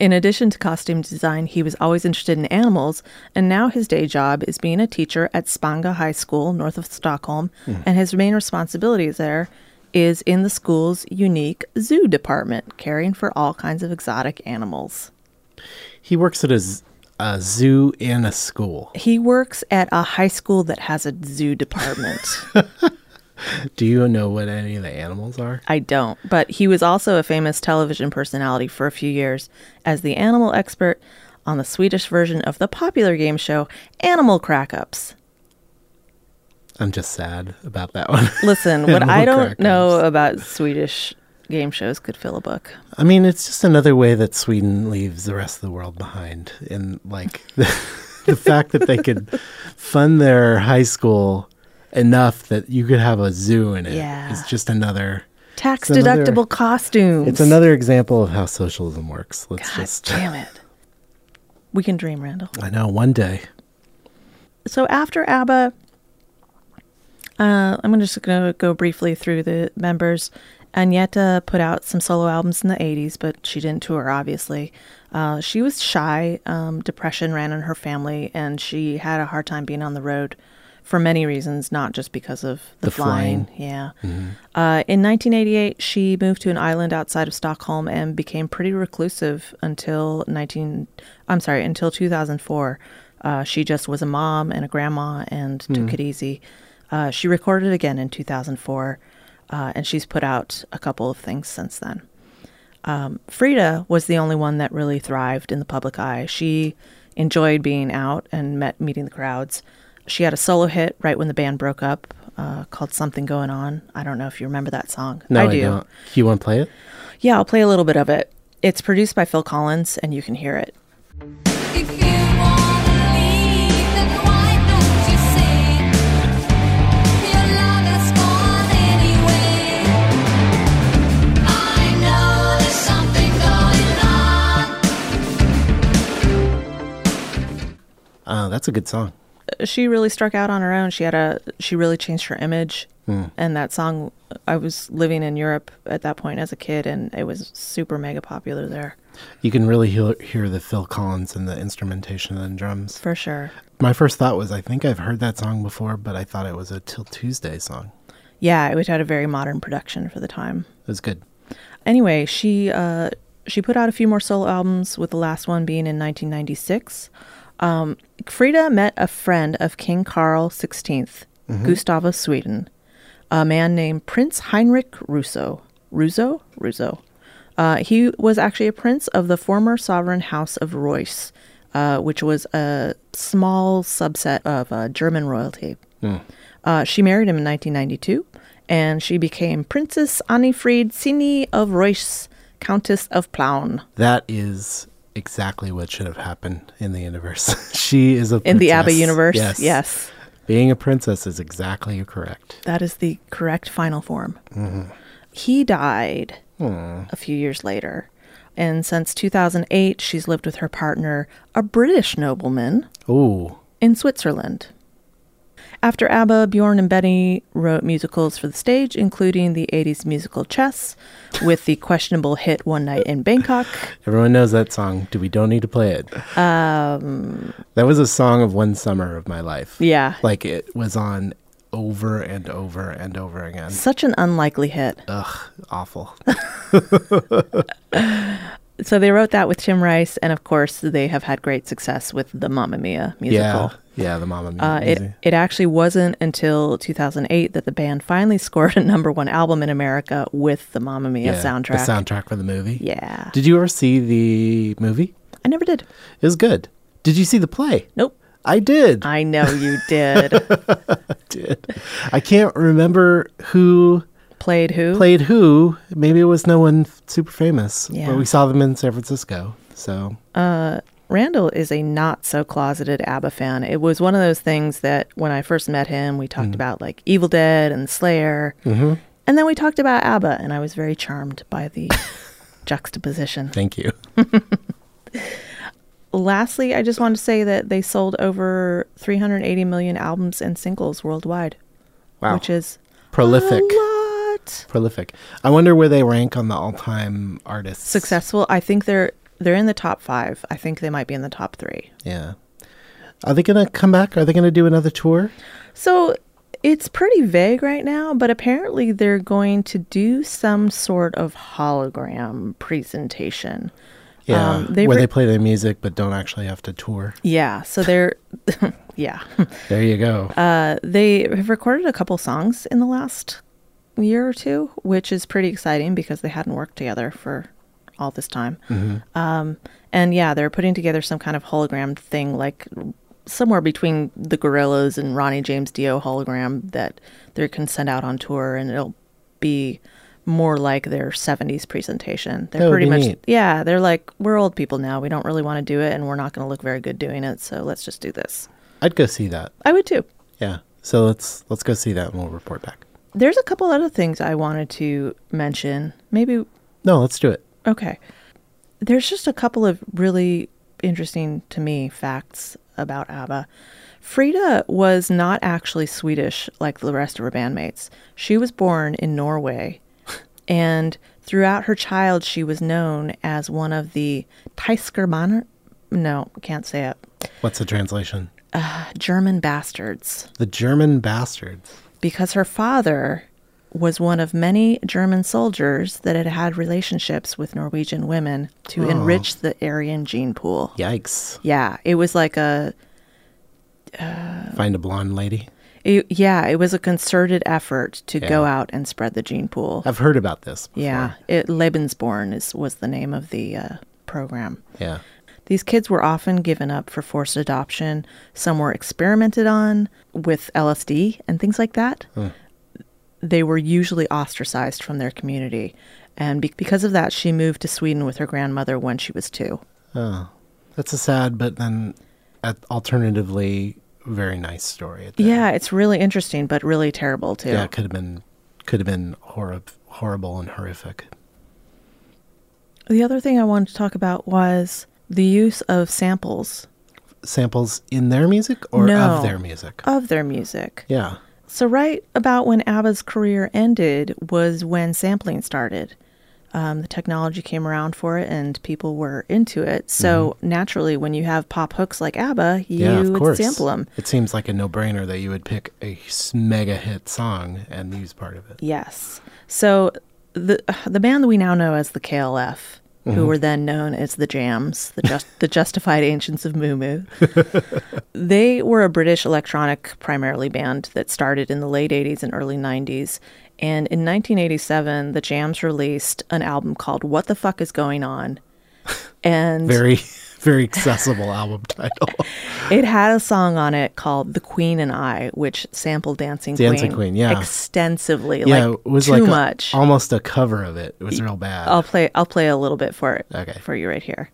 Speaker 2: In addition to costume design, he was always interested in animals, and now his day job is being a teacher at Spanga High School north of Stockholm, and his main responsibility there is in the school's unique zoo department, caring for all kinds of exotic animals.
Speaker 1: He works at a, z- a zoo and a school.
Speaker 2: He works at a high school that has a zoo department.
Speaker 1: Do you know what any of the animals are?
Speaker 2: I don't. But he was also a famous television personality for a few years as the animal expert on the Swedish version of the popular game show Animal Crackups.
Speaker 1: I'm just sad about that one. *laughs*
Speaker 2: Listen, what
Speaker 1: Animal
Speaker 2: I don't know
Speaker 1: Crackups.
Speaker 2: about Swedish game shows could fill a book.
Speaker 1: I mean, it's just another way that Sweden leaves the rest of the world behind. And like *laughs* the, the fact that they could fund their high school enough that you could have a zoo in it is
Speaker 2: Yeah.
Speaker 1: just another.
Speaker 2: Tax
Speaker 1: It's
Speaker 2: deductible
Speaker 1: another-
Speaker 2: costumes.
Speaker 1: It's another example of how socialism works. Let's
Speaker 2: God
Speaker 1: just.
Speaker 2: damn it. We can dream, Randall.
Speaker 1: I know. One day.
Speaker 2: so after ABBA, uh, I'm just going to go briefly through the members. Agneta put out some solo albums in the 80s, but she didn't tour, obviously. Uh, she was shy. Um, depression ran in her family, and she had a hard time being on the road for many reasons, not just because of the,
Speaker 1: The
Speaker 2: flying. Yeah. Uh, in 1988, she moved to an island outside of Stockholm and became pretty reclusive until 19. I'm sorry, until 2004. Uh, she just was a mom and a grandma and took it easy. Uh, she recorded again in 2004, uh, and she's put out a couple of things since then. Frida was the only one that really thrived in the public eye. She enjoyed being out and met meeting the crowds. She had a solo hit right when the band broke up uh, called Something Going On. I don't know if you remember that song.
Speaker 1: No, I,
Speaker 2: do.
Speaker 1: don't. You want to play it?
Speaker 2: Yeah, I'll play a little bit of it. It's produced by Phil Collins, and you can hear it.
Speaker 4: If you wanna leave, then why don't you say your love is gone anyway? I know there's something going on.
Speaker 1: Uh, that's a good song.
Speaker 2: she really struck out on her own. She had a she really changed her image,
Speaker 1: Hmm.
Speaker 2: and that song. I was living in Europe at that point as a kid, and it was super mega popular there
Speaker 1: You can really hear, hear the Phil Collins and the instrumentation and drums.
Speaker 2: for sure.
Speaker 1: My first thought was, I think I've heard that song before, but I thought it was a Till Tuesday song.
Speaker 2: Yeah, it had a very modern production for the time.
Speaker 1: It was good.
Speaker 2: Anyway, she uh, she put out a few more solo albums, with the last one being in 1996. Um, Frida met a friend of King Carl XVI, Gustav of Sweden, a man named Prince Heinrich Russo. Russo? Russo. Uh, he was actually a prince of the former sovereign house of Reuss, uh, which was a small subset of uh, German royalty. Uh, she married him in 1992, and she became Princess Annifried Sini of Reuss, Countess of Plauen,
Speaker 1: That is exactly what should have happened in the universe. *laughs* she is a
Speaker 2: in the ABBA
Speaker 1: princess.
Speaker 2: universe.
Speaker 1: Yes.
Speaker 2: yes.
Speaker 1: Being a princess is exactly correct.
Speaker 2: That is the correct final form.
Speaker 1: Mm-hmm.
Speaker 2: He died
Speaker 1: Hmm.
Speaker 2: a few years later. And since 2008, she's lived with her partner, a British nobleman,
Speaker 1: Oh,
Speaker 2: in Switzerland. After ABBA, Bjorn and Benny wrote musicals for the stage, including the 80s musical Chess with the questionable hit One Night in Bangkok.
Speaker 1: everyone knows that song. Do we don't need to play it? Um, that was a song of one summer of my life.
Speaker 2: Um, Yeah.
Speaker 1: like it was on over and over and over again.
Speaker 2: Such an unlikely hit.
Speaker 1: Ugh, awful.
Speaker 2: So they wrote that with Tim Rice, and of course, they have had great success with the Mamma Mia musical.
Speaker 1: yeah, yeah. The Mama Mia.
Speaker 2: Uh, it,
Speaker 1: music.
Speaker 2: it actually wasn't until 2008 that the band finally *laughs* scored a number one album in America with the Mamma Mia
Speaker 1: Yeah,
Speaker 2: soundtrack.
Speaker 1: The soundtrack for the movie.
Speaker 2: yeah.
Speaker 1: Did you ever see the movie?
Speaker 2: I never did.
Speaker 1: It was good. Did you see the play?
Speaker 2: Nope.
Speaker 1: I did.
Speaker 2: I know
Speaker 1: *laughs*
Speaker 2: you did.
Speaker 1: did. I can't remember who
Speaker 2: Played who?
Speaker 1: played who. Maybe it was no one f- super famous,
Speaker 2: Yeah.
Speaker 1: but we saw them in San Francisco. So
Speaker 2: Randall is a not so closeted ABBA fan. It was one of those things that when I first met him, we
Speaker 1: Mm-hmm.
Speaker 2: talked about like Evil Dead and Slayer. Mm-hmm. And then we talked about ABBA, and I was very charmed
Speaker 1: *laughs*
Speaker 2: by the juxtaposition.
Speaker 1: thank you.
Speaker 2: lastly, I just wanted to say that they sold over 380 million albums and singles worldwide,
Speaker 1: Wow.
Speaker 2: which is
Speaker 1: prolific.
Speaker 2: a lot.
Speaker 1: Prolific. I wonder where they rank on the all-time artists.
Speaker 2: Successful. I think they're they're in the top five. I think they might be in the top three.
Speaker 1: Yeah. Are they gonna come back? Are they gonna do another tour?
Speaker 2: So it's pretty vague right now, but apparently they're going to do some sort of hologram presentation.
Speaker 1: Yeah,
Speaker 2: Um, they
Speaker 1: where
Speaker 2: re-
Speaker 1: they play their music but don't actually have to tour.
Speaker 2: Yeah. So they're *laughs* yeah.
Speaker 1: There you go.
Speaker 2: Uh, they have recorded a couple songs in the last year or two, which is pretty exciting because they hadn't worked together for all this time.
Speaker 1: Mm-hmm.
Speaker 2: Um, and yeah, they're putting together some kind of hologram thing, like somewhere between the Gorillas and Ronnie James Dio hologram that they can send out on tour, and it'll be more like their 70s presentation. They're
Speaker 1: That would
Speaker 2: pretty
Speaker 1: be
Speaker 2: much
Speaker 1: neat.
Speaker 2: yeah, they're like we're old people now. We don't really want to do it and we're not going to look very good doing it, so let's just do this.
Speaker 1: I'd go see that.
Speaker 2: I would too.
Speaker 1: Yeah. So let's let's go see that and we'll report back.
Speaker 2: There's a couple other things I wanted to mention. Maybe,
Speaker 1: No, let's do it.
Speaker 2: okay. There's just a couple of really interesting to me facts about ABBA. Frida was not actually Swedish like the rest of her bandmates. She was born in Norway, and throughout her child, she was known as one of the Tyskermanner. No, can't say it.
Speaker 1: What's the translation?
Speaker 2: German bastards.
Speaker 1: The German bastards.
Speaker 2: because her father was one of many German soldiers that had had relationships with Norwegian women to enrich the Aryan gene pool.
Speaker 1: Yikes.
Speaker 2: Yeah, it was like a
Speaker 1: Find a blonde lady.
Speaker 2: it, yeah, it was a concerted effort to go
Speaker 1: Yeah.
Speaker 2: out and spread the gene pool.
Speaker 1: I've heard about this. Before.
Speaker 2: Yeah, it Lebensborn is was the name of the uh, program.
Speaker 1: Yeah.
Speaker 2: These kids were often given up for forced adoption. Some were experimented on with LSD and things like that. They were usually ostracized from their community. And be- because of that, she moved to Sweden with her grandmother when she was two.
Speaker 1: That's a sad, but then at, alternatively, very nice story. at the
Speaker 2: Yeah,
Speaker 1: end.
Speaker 2: it's really interesting, but really terrible too.
Speaker 1: Yeah. It could have been, could have been horrib- horrible and horrific.
Speaker 2: The other thing I wanted to talk about was the use of samples
Speaker 1: Samples in their music or
Speaker 2: No. Oh.
Speaker 1: of their music.
Speaker 2: of their music.
Speaker 1: yeah.
Speaker 2: So, right about when ABBA's career ended was when sampling started. Um, the technology came around for it and people were into it. So, naturally, when you have pop hooks like ABBA, you
Speaker 1: Mm-hmm. Yeah, of
Speaker 2: would
Speaker 1: course.
Speaker 2: sample them.
Speaker 1: It seems like a no-brainer that you would pick a s- mega hit song and use part of it.
Speaker 2: Yes. So, the, the band that we now know as the KLF
Speaker 1: Mm-hmm.
Speaker 2: who were then known as the Jams, the, just, the Justified Ancients of Moo *laughs* Moo. they were a British electronic primarily band that started in the late 80s and early 90s. And in 1987, the Jams released an album called What the Fuck Is
Speaker 1: *laughs*
Speaker 2: Going On? And
Speaker 1: Very, *laughs* very accessible album
Speaker 2: *laughs*
Speaker 1: title.
Speaker 2: it had a song on it called The Queen and I, which sampled Dancing,
Speaker 1: Dancing Queen, yeah.
Speaker 2: Extensively.
Speaker 1: yeah,
Speaker 2: like,
Speaker 1: it was
Speaker 2: too
Speaker 1: like a-
Speaker 2: much.
Speaker 1: almost a cover of it. It was real bad.
Speaker 2: I'll play I'll play a little bit for it
Speaker 1: Okay.
Speaker 2: for you right here.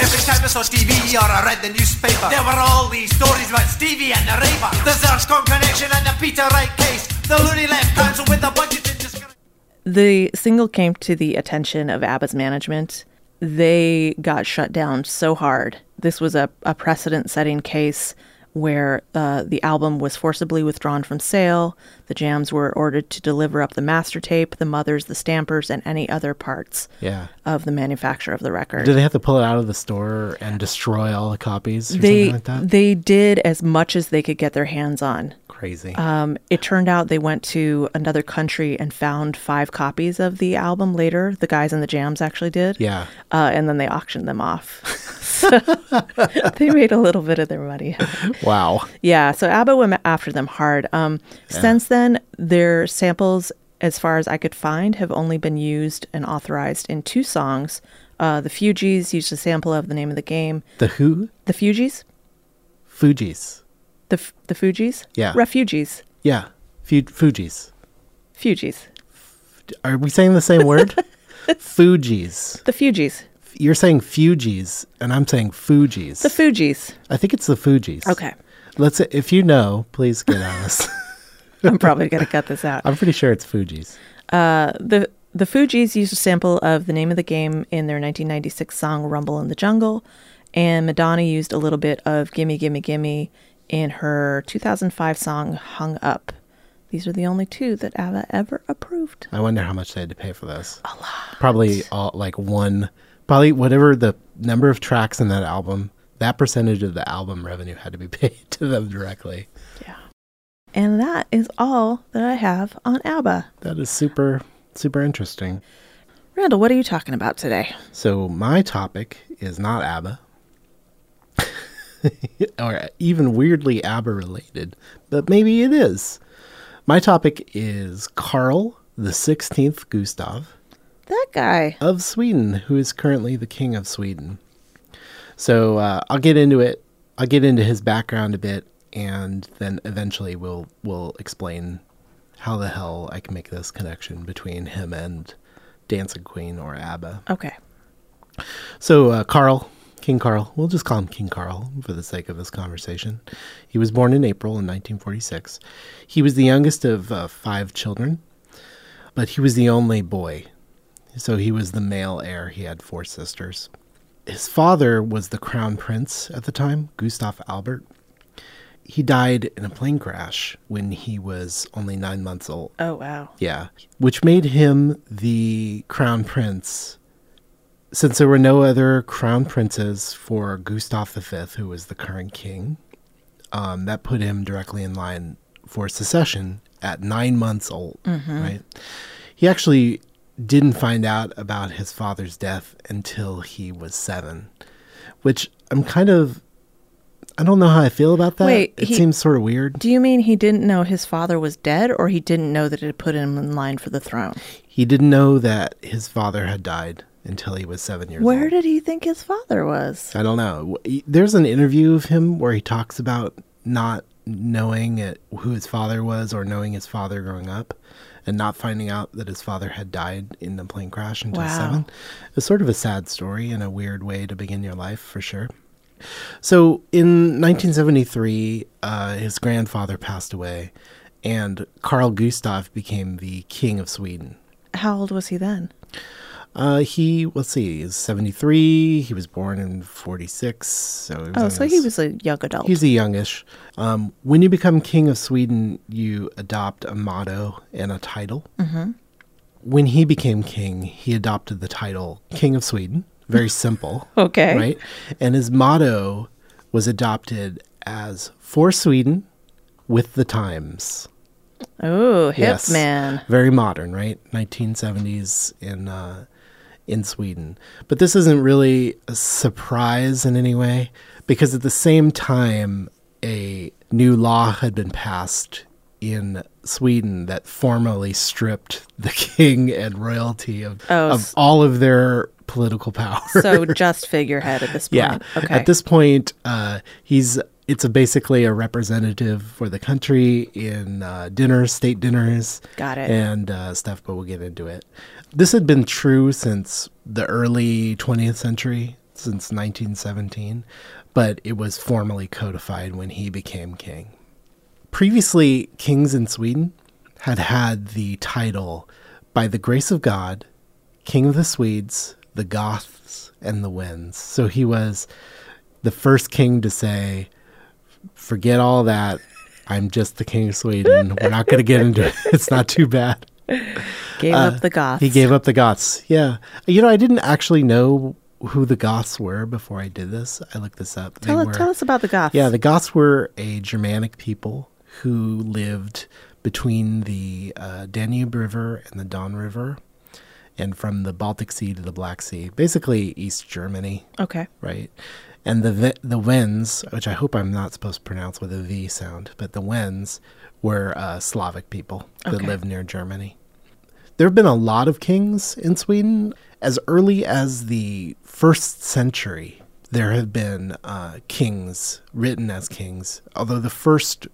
Speaker 5: Every time I saw TV or I read the newspaper, there were all these stories about Stevie and the raver, the Zerscon connection and the Peter Wright case, the loony left council with the budget in disgrace.
Speaker 2: The single came to the attention of ABBA's management. They got shut down so hard. This was a, a precedent setting case where uh, the album was forcibly withdrawn from sale. The jams were ordered to deliver up the master tape, the mothers, the stampers, and any other parts
Speaker 1: yeah.
Speaker 2: of the manufacture of the record.
Speaker 1: Did they have to pull it out of the store and destroy all the copies or
Speaker 2: they,
Speaker 1: something like that?
Speaker 2: they did as much as they could get their hands on.
Speaker 1: Crazy.
Speaker 2: Um, it turned out they went to another country and found five copies of the album later. The guys in the jams actually did.
Speaker 1: yeah.
Speaker 2: Uh, and then they auctioned
Speaker 1: *laughs*
Speaker 2: them off. so *laughs* they made a little bit of their money.
Speaker 1: Wow.
Speaker 2: Yeah. So ABBA went after them hard. Um, Since then, their samples, as far as I could find, have only been used and authorized in two songs. Uh, the Fugees used a sample of the name of the game.
Speaker 1: The Who?
Speaker 2: The Fugees?
Speaker 1: Fugees.
Speaker 2: The, F- the Fugees?
Speaker 1: Yeah.
Speaker 2: Refugees.
Speaker 1: Yeah. Fu- Fugees.
Speaker 2: Fugees.
Speaker 1: Are we saying the same word?
Speaker 2: *laughs*
Speaker 1: Fugees.
Speaker 2: The Fugees.
Speaker 1: You're saying Fugees, and I'm saying Fugees.
Speaker 2: The Fugees.
Speaker 1: I think it's the Fugees.
Speaker 2: Okay.
Speaker 1: Let's. If you know, please get on us.
Speaker 2: *laughs* I'm probably going to cut this out.
Speaker 1: I'm pretty sure it's Fugees.
Speaker 2: the the Fugees used a sample of the name of the game in their 1996 song "Rumble in the Jungle," and Madonna used a little bit of "Gimme Gimme Gimme" in her 2005 song "Hung Up." These are the only two that ABBA ever approved.
Speaker 1: I wonder how much they had to pay for those. A lot. Probably all, like one, probably whatever the number of tracks in that album, that percentage of the album revenue had to be *laughs* paid to them directly.
Speaker 2: And that is all that I have on ABBA.
Speaker 1: That is super, super interesting.
Speaker 2: Randall, what are you talking about today?
Speaker 1: So my topic is not ABBA, *laughs* or even weirdly ABBA related, but maybe it is. My topic is Carl the Sixteenth Gustav.
Speaker 2: That guy.
Speaker 1: of Sweden, who is currently the king of Sweden. So uh, I'll get into it. I'll get into his background a bit, and then eventually we'll we'll explain how the hell I can make this connection between him and Dancing Queen or ABBA.
Speaker 2: Okay.
Speaker 1: So uh, Carl, King Carl, we'll just call him King Carl for the sake of this conversation. He was born in April in 1946. He was the youngest of uh, five children, but he was the only boy. So he was the male heir. He had four sisters. His father was the crown prince at the time, Gustav Albert. He died in a plane crash when he was only nine months old.
Speaker 2: Oh wow.
Speaker 1: Yeah. Which made him the crown prince. Since there were no other crown princes for Gustav V, who was the current king, um, that put him directly in line for succession at nine months old,
Speaker 2: Mm-hmm.
Speaker 1: right? He actually didn't find out about his father's death until he was seven, which I'm kind of, I don't know how I feel about that.
Speaker 2: Wait,
Speaker 1: it
Speaker 2: he-
Speaker 1: seems sort of weird.
Speaker 2: Do you mean he didn't know his father was dead, or he didn't know that it had put him in line for the throne?
Speaker 1: He didn't know that his father had died until he was seven years
Speaker 2: Where
Speaker 1: old.
Speaker 2: did he think his father was?
Speaker 1: I don't know. There's an interview of him where he talks about not knowing it, who his father was or knowing his father growing up and not finding out that his father had died in the plane crash until
Speaker 2: Wow.
Speaker 1: seven. It's sort of a sad story and a weird way to begin your life for sure. So in 1973, uh, his grandfather passed away and Carl Gustav became the king of Sweden.
Speaker 2: How old was he then?
Speaker 1: Uh, he let's see, he's seventy three. He was born in forty six, so he was
Speaker 2: Oh,
Speaker 1: in
Speaker 2: so
Speaker 1: his-
Speaker 2: he was a young adult.
Speaker 1: he's a youngish. Um, when you become king of Sweden, you adopt a motto and a title. Mm-hmm. When he became king, he
Speaker 2: *laughs*
Speaker 1: adopted the title King of Sweden. Very simple,
Speaker 2: okay.
Speaker 1: right? And his motto was adopted as for Sweden with the times.
Speaker 2: Oh, hip man.
Speaker 1: Very modern, right? 1970s in uh, in Sweden. But this isn't really a surprise in any way because at the same time a new law had been passed in Sweden that formally stripped the *laughs* king and royalty of,
Speaker 2: Oh,
Speaker 1: of
Speaker 2: s-
Speaker 1: all of their political power. *laughs*
Speaker 2: So just figurehead at this point.
Speaker 1: Yeah.
Speaker 2: Okay.
Speaker 1: At this point, uh, he's it's a basically a representative for the country in uh, dinners, state dinners.
Speaker 2: Got it.
Speaker 1: And uh, stuff, but we'll get into it. This had been true since the early 20th century, since 1917, but it was formally codified when he became king. Previously, kings in Sweden had had the title by the grace of God, King of the Swedes, the Goths, and the Winds. So he was the first king to say, forget all that. I'm just the king of Sweden. We're not going to get into it. *laughs* It's not too bad.
Speaker 2: gave up the goth.
Speaker 1: uh, He gave up the Goths. Yeah. You know, I didn't actually know who the Goths were before I did this. I looked this up.
Speaker 2: tell,
Speaker 1: they
Speaker 2: us-
Speaker 1: were,
Speaker 2: tell us about the goth.
Speaker 1: yeah, the Goths were a Germanic people who lived between the uh, Danube River and the Don River, and from the Baltic Sea to the Black Sea, basically East Germany,
Speaker 2: okay.
Speaker 1: right? And the Ve- the Wends, which I hope I'm not supposed to pronounce with a V sound, but the Wends were uh, Slavic people that
Speaker 2: Okay.
Speaker 1: lived near Germany. There have been a lot of kings in Sweden. As early as the first century, there have been uh, kings written as kings, although the first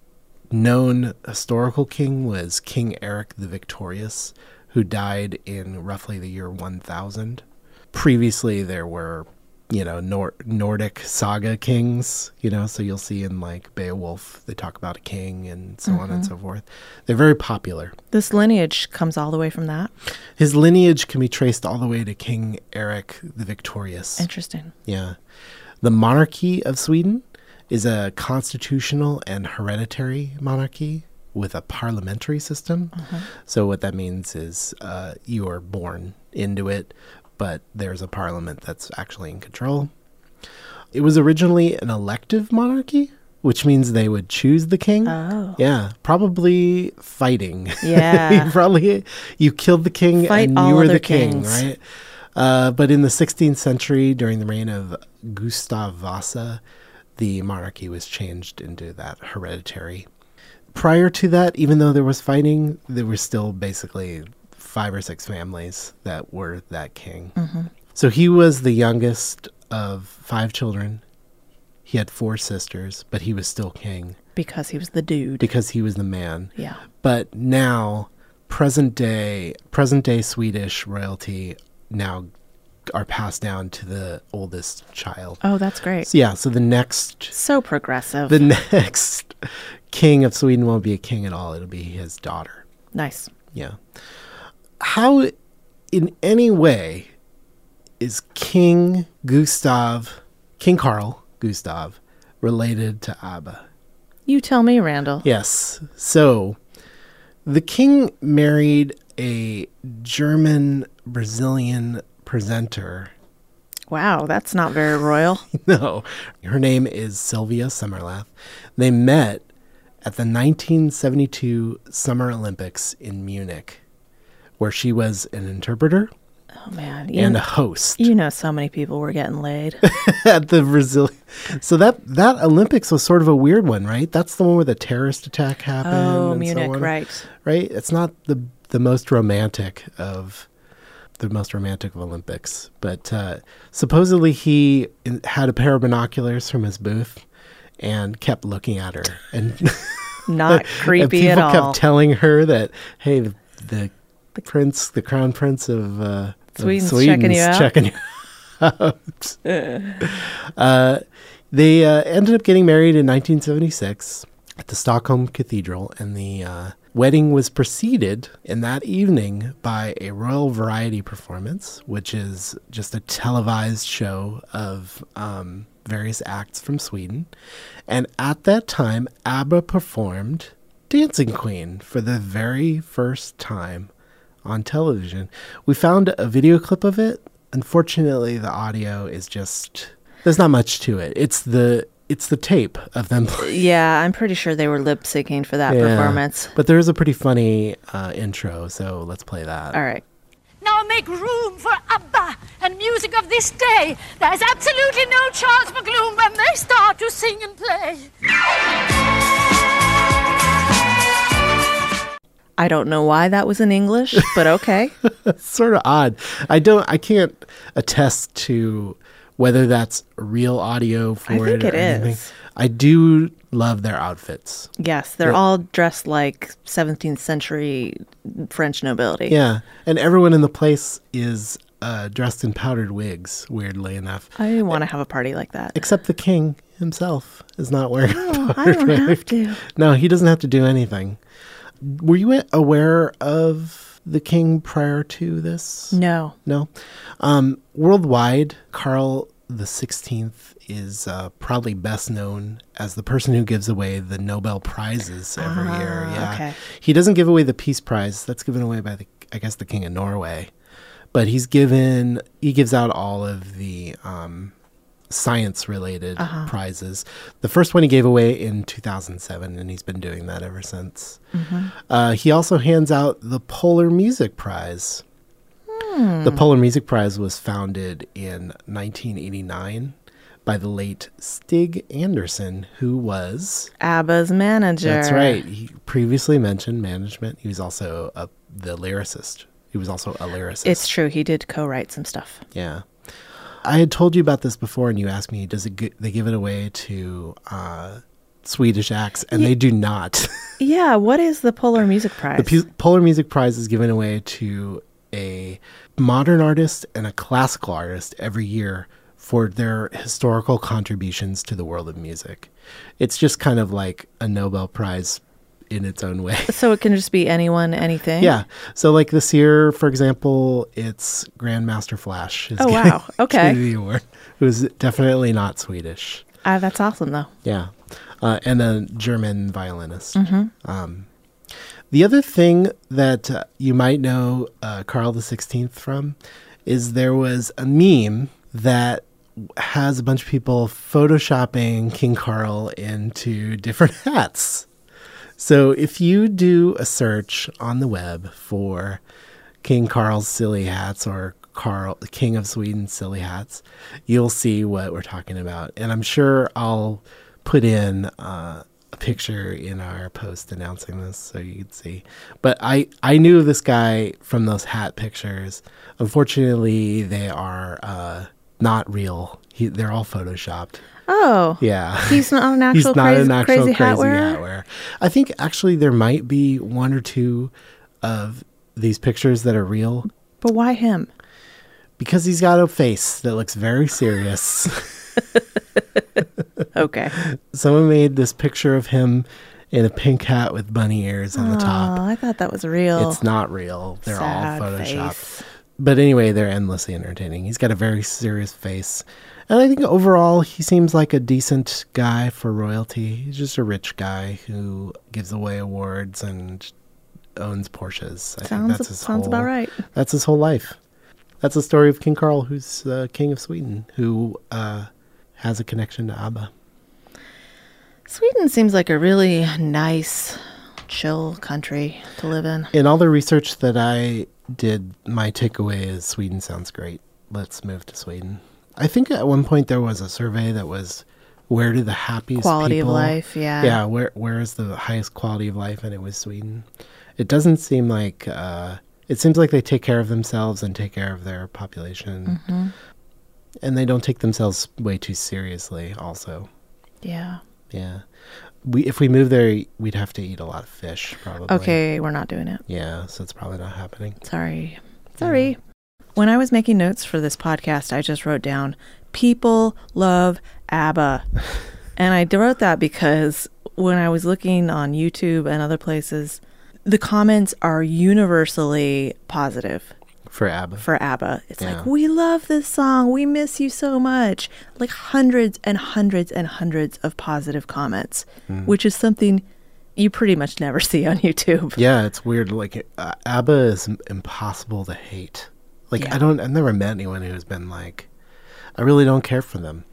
Speaker 1: known historical king was King Eric the Victorious, who died in roughly the year 1000. Previously, there were, you know, Nor- Nordic saga kings, you know, so you'll see in like Beowulf, they talk about a king and so on and so forth. They're very popular.
Speaker 2: This lineage comes all the way from that.
Speaker 1: His lineage can be traced all the way to King Eric the Victorious.
Speaker 2: Interesting.
Speaker 1: Yeah. The monarchy of Sweden is a constitutional and hereditary monarchy with a parliamentary system.
Speaker 2: Uh-huh.
Speaker 1: So, what that means is uh, you are born into it, but there's a parliament that's actually in control. It was originally an elective monarchy, which means they would choose the king.
Speaker 2: Oh.
Speaker 1: Yeah, probably fighting. *laughs*
Speaker 2: Yeah.
Speaker 1: you probably you killed the king
Speaker 2: Fight
Speaker 1: and
Speaker 2: all
Speaker 1: you were the
Speaker 2: other
Speaker 1: king,
Speaker 2: kings.
Speaker 1: right? Uh, but in the 16th century, during the reign of Gustav Vasa, the monarchy was changed into that hereditary. Prior to that, even though there was fighting, there were still basically five or six families that were that king.
Speaker 2: Mm-hmm.
Speaker 1: So he was the youngest of five children. He had four sisters, but he was still king
Speaker 2: Because he was the dude.
Speaker 1: because he was the man
Speaker 2: yeah.
Speaker 1: but now present day present day Swedish royalty now are passed down to the oldest child.
Speaker 2: Oh, that's great.
Speaker 1: So yeah, so the next
Speaker 2: so progressive.
Speaker 1: the *laughs* next king of Sweden won't be a king at all. It'll be his daughter.
Speaker 2: nice.
Speaker 1: Yeah. How in any way is King Gustav King Carl Gustav related to ABBA?
Speaker 2: You tell me, Randall.
Speaker 1: Yes. So the king married a German Brazilian presenter. *laughs*
Speaker 2: Wow, that's not very royal.
Speaker 1: No, her name is Sylvia Summerlath. They met at the 1972 Summer Olympics in Munich, where she was an interpreter
Speaker 2: Oh man, you,
Speaker 1: and a host.
Speaker 2: you know so many people were getting laid.
Speaker 1: *laughs* at the Brazil. So that that Olympics was sort of a weird one, right? That's the one where the terrorist attack happened.
Speaker 2: Oh,
Speaker 1: and so
Speaker 2: Munich,
Speaker 1: on, *laughs*
Speaker 2: right.
Speaker 1: Right. It's not the the most romantic of the most romantic of Olympics, but uh, supposedly he in- had a pair of binoculars from his booth and kept looking at her, and,
Speaker 2: *laughs*
Speaker 1: *laughs*
Speaker 2: Not
Speaker 1: and
Speaker 2: creepy at
Speaker 1: people
Speaker 2: all.
Speaker 1: kept telling her that, hey, the, the prince, the crown prince of, uh, of
Speaker 2: Sweden's checking you out.
Speaker 1: checking you out. Uh, they uh, ended up getting married in 1976 at the Stockholm Cathedral, and the uh, wedding was preceded in that evening by a royal variety performance, which is just a televised show of um, various acts from Sweden. And at that time, ABBA performed Dancing Queen for the very first time on television. We found a video clip of it. Unfortunately, the audio is just there's not much to it. It's the it's the tape of them playing.
Speaker 2: Yeah, I'm pretty sure they were lip syncing for that
Speaker 1: Yeah.
Speaker 2: *laughs* performance.
Speaker 1: But there is a pretty funny uh, intro, so let's play that.
Speaker 2: All right.
Speaker 6: Now make room for ABBA and music of this day. There's absolutely no chance for gloom when they start to sing and play.
Speaker 2: I don't know why that was in English,
Speaker 1: *laughs*
Speaker 2: but okay.
Speaker 1: It's sort of odd. I don't. I can't attest to whether that's real audio for
Speaker 2: I
Speaker 1: it.
Speaker 2: think
Speaker 1: Or
Speaker 2: it
Speaker 1: anything.
Speaker 2: is.
Speaker 1: I do love their outfits.
Speaker 2: yes, they're all dressed like 17th century French nobility.
Speaker 1: Yeah, and everyone in the place is uh, dressed in powdered wigs. Weirdly enough,
Speaker 2: I want to have a party like that.
Speaker 1: except the king himself is not wearing. *laughs*
Speaker 2: Oh, I
Speaker 1: powdered
Speaker 2: don't have
Speaker 1: wig.
Speaker 2: to.
Speaker 1: No, he doesn't have to do anything. Were you aware of the king prior to this?
Speaker 2: No.
Speaker 1: No. Um, worldwide, Carl the 16th is uh, probably best known as the person who gives away the Nobel Prizes every year. Yeah.
Speaker 2: okay.
Speaker 1: He doesn't give away the Peace Prize. That's given away by the I guess the King of Norway. But he's given he gives out all of the um, science related prizes. The first one he gave away in 2007 and he's been doing that ever since. Uh, he also hands out the Polar Music Prize. The Polar Music Prize was founded in 1989 by the late Stig Anderson, who was
Speaker 2: ABBA's manager.
Speaker 1: that's right. He previously mentioned management. He was also a, the lyricist. He was also a lyricist.
Speaker 2: It's true. He did co write some stuff.
Speaker 1: yeah. I had told you about this before, and you asked me, "Does it? G- they give it away to uh, Swedish acts?" And they do not. *laughs*
Speaker 2: Yeah. What is the Polar Music Prize?
Speaker 1: The Pu- Polar Music Prize is given away to a modern artist and a classical artist every year for their historical contributions to the world of music. It's just kind of like a Nobel Prize in its own way. *laughs*
Speaker 2: so it can just be anyone, anything.
Speaker 1: yeah. So, like this year, for example, it's Grandmaster Flash. Is *laughs*
Speaker 2: Oh,
Speaker 1: getting-
Speaker 2: wow. Okay.
Speaker 1: getting the award, who's definitely not Swedish.
Speaker 2: Ah, that's awesome, though.
Speaker 1: Yeah. Uh, and a German violinist. Um, the other thing that uh, you might know uh, Carl the 16th from is there was a meme that has a bunch of people photoshopping King Carl into different *laughs* hats. So if you do a search on the web for King Carl's silly hats or Carl King of Sweden silly hats, you'll see what we're talking about. And I'm sure I'll put in uh, a picture in our post announcing this so you can see. But I I knew this guy from those hat pictures. Unfortunately, they are uh, not real. He, they're all photoshopped.
Speaker 2: Oh.
Speaker 1: Yeah. *laughs*
Speaker 2: He's not an actual, crazy, crazy, hat wearer.
Speaker 1: I think actually there might be one or two of these pictures that are real
Speaker 2: But why him?
Speaker 1: because he's got a face that looks very serious. *laughs*
Speaker 2: Okay.
Speaker 1: Someone made this picture of him in a pink hat with bunny ears on the top.
Speaker 2: Oh, I thought that was real.
Speaker 1: It's not real. They're
Speaker 2: Sad
Speaker 1: all photoshopped.
Speaker 2: face.
Speaker 1: But anyway, they're endlessly entertaining. He's got a very serious face. And I think overall, he seems like a decent guy for royalty. He's just a rich guy who gives away awards and owns Porsches. I
Speaker 2: Sounds- sounds about right.
Speaker 1: That's his whole life. That's the story of King Carl, who's uh, king of Sweden, who uh, has a connection to ABBA.
Speaker 2: Sweden seems like a really nice, chill country to live in.
Speaker 1: In all the research that I did, my takeaway is Sweden sounds great. Let's move to Sweden. I think at one point there was a survey that was where do the happiest
Speaker 2: Quality of
Speaker 1: people-
Speaker 2: life, yeah.
Speaker 1: yeah where where is the highest quality of life and it was Sweden. It doesn't seem like uh, it seems like they take care of themselves and take care of their population,
Speaker 2: Mm-hmm.
Speaker 1: and they don't take themselves way too seriously. Also,
Speaker 2: Yeah.
Speaker 1: yeah, we if we move there, we'd have to eat a lot of fish probably.
Speaker 2: Okay, we're not doing it.
Speaker 1: Yeah, so it's probably not happening.
Speaker 2: Sorry. Sorry. When I was making notes for this podcast, I just wrote down people love ABBA. and I d- wrote that because when I was looking on YouTube and other places, the comments are universally positive
Speaker 1: for ABBA.
Speaker 2: for ABBA. It's
Speaker 1: Yeah.
Speaker 2: like, we love this song. We miss you so much. Like hundreds and hundreds and hundreds of positive comments,
Speaker 1: Mm.
Speaker 2: which is something you pretty much never *laughs* see on YouTube.
Speaker 1: yeah, it's weird. Like uh, ABBA is m- impossible to hate. Like I don't, I've never met anyone who's been like, I really don't care for them.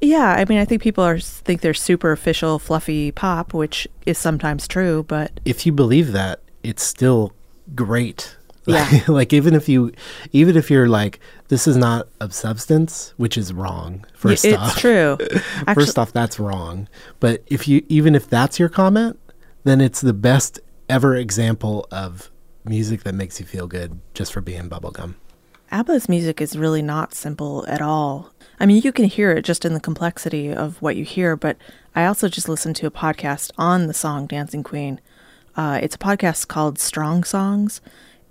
Speaker 2: Yeah, I mean, I think people are think they're superficial, fluffy pop, which is sometimes true, but
Speaker 1: if you believe that, it's still great. *laughs*
Speaker 2: Yeah.
Speaker 1: like even if you even if you're like this is not of substance, which is wrong first
Speaker 2: it's
Speaker 1: off. *laughs*
Speaker 2: true. Actually,
Speaker 1: First off, that's wrong. But if you even if that's your comment, then it's the best ever example of music that makes you feel good just for being bubblegum.
Speaker 2: ABBA's music is really not simple at all. I mean, you can hear it just in the complexity of what you hear, but I also just listened to a podcast on the song Dancing Queen. Uh, it's a podcast called Strong Songs,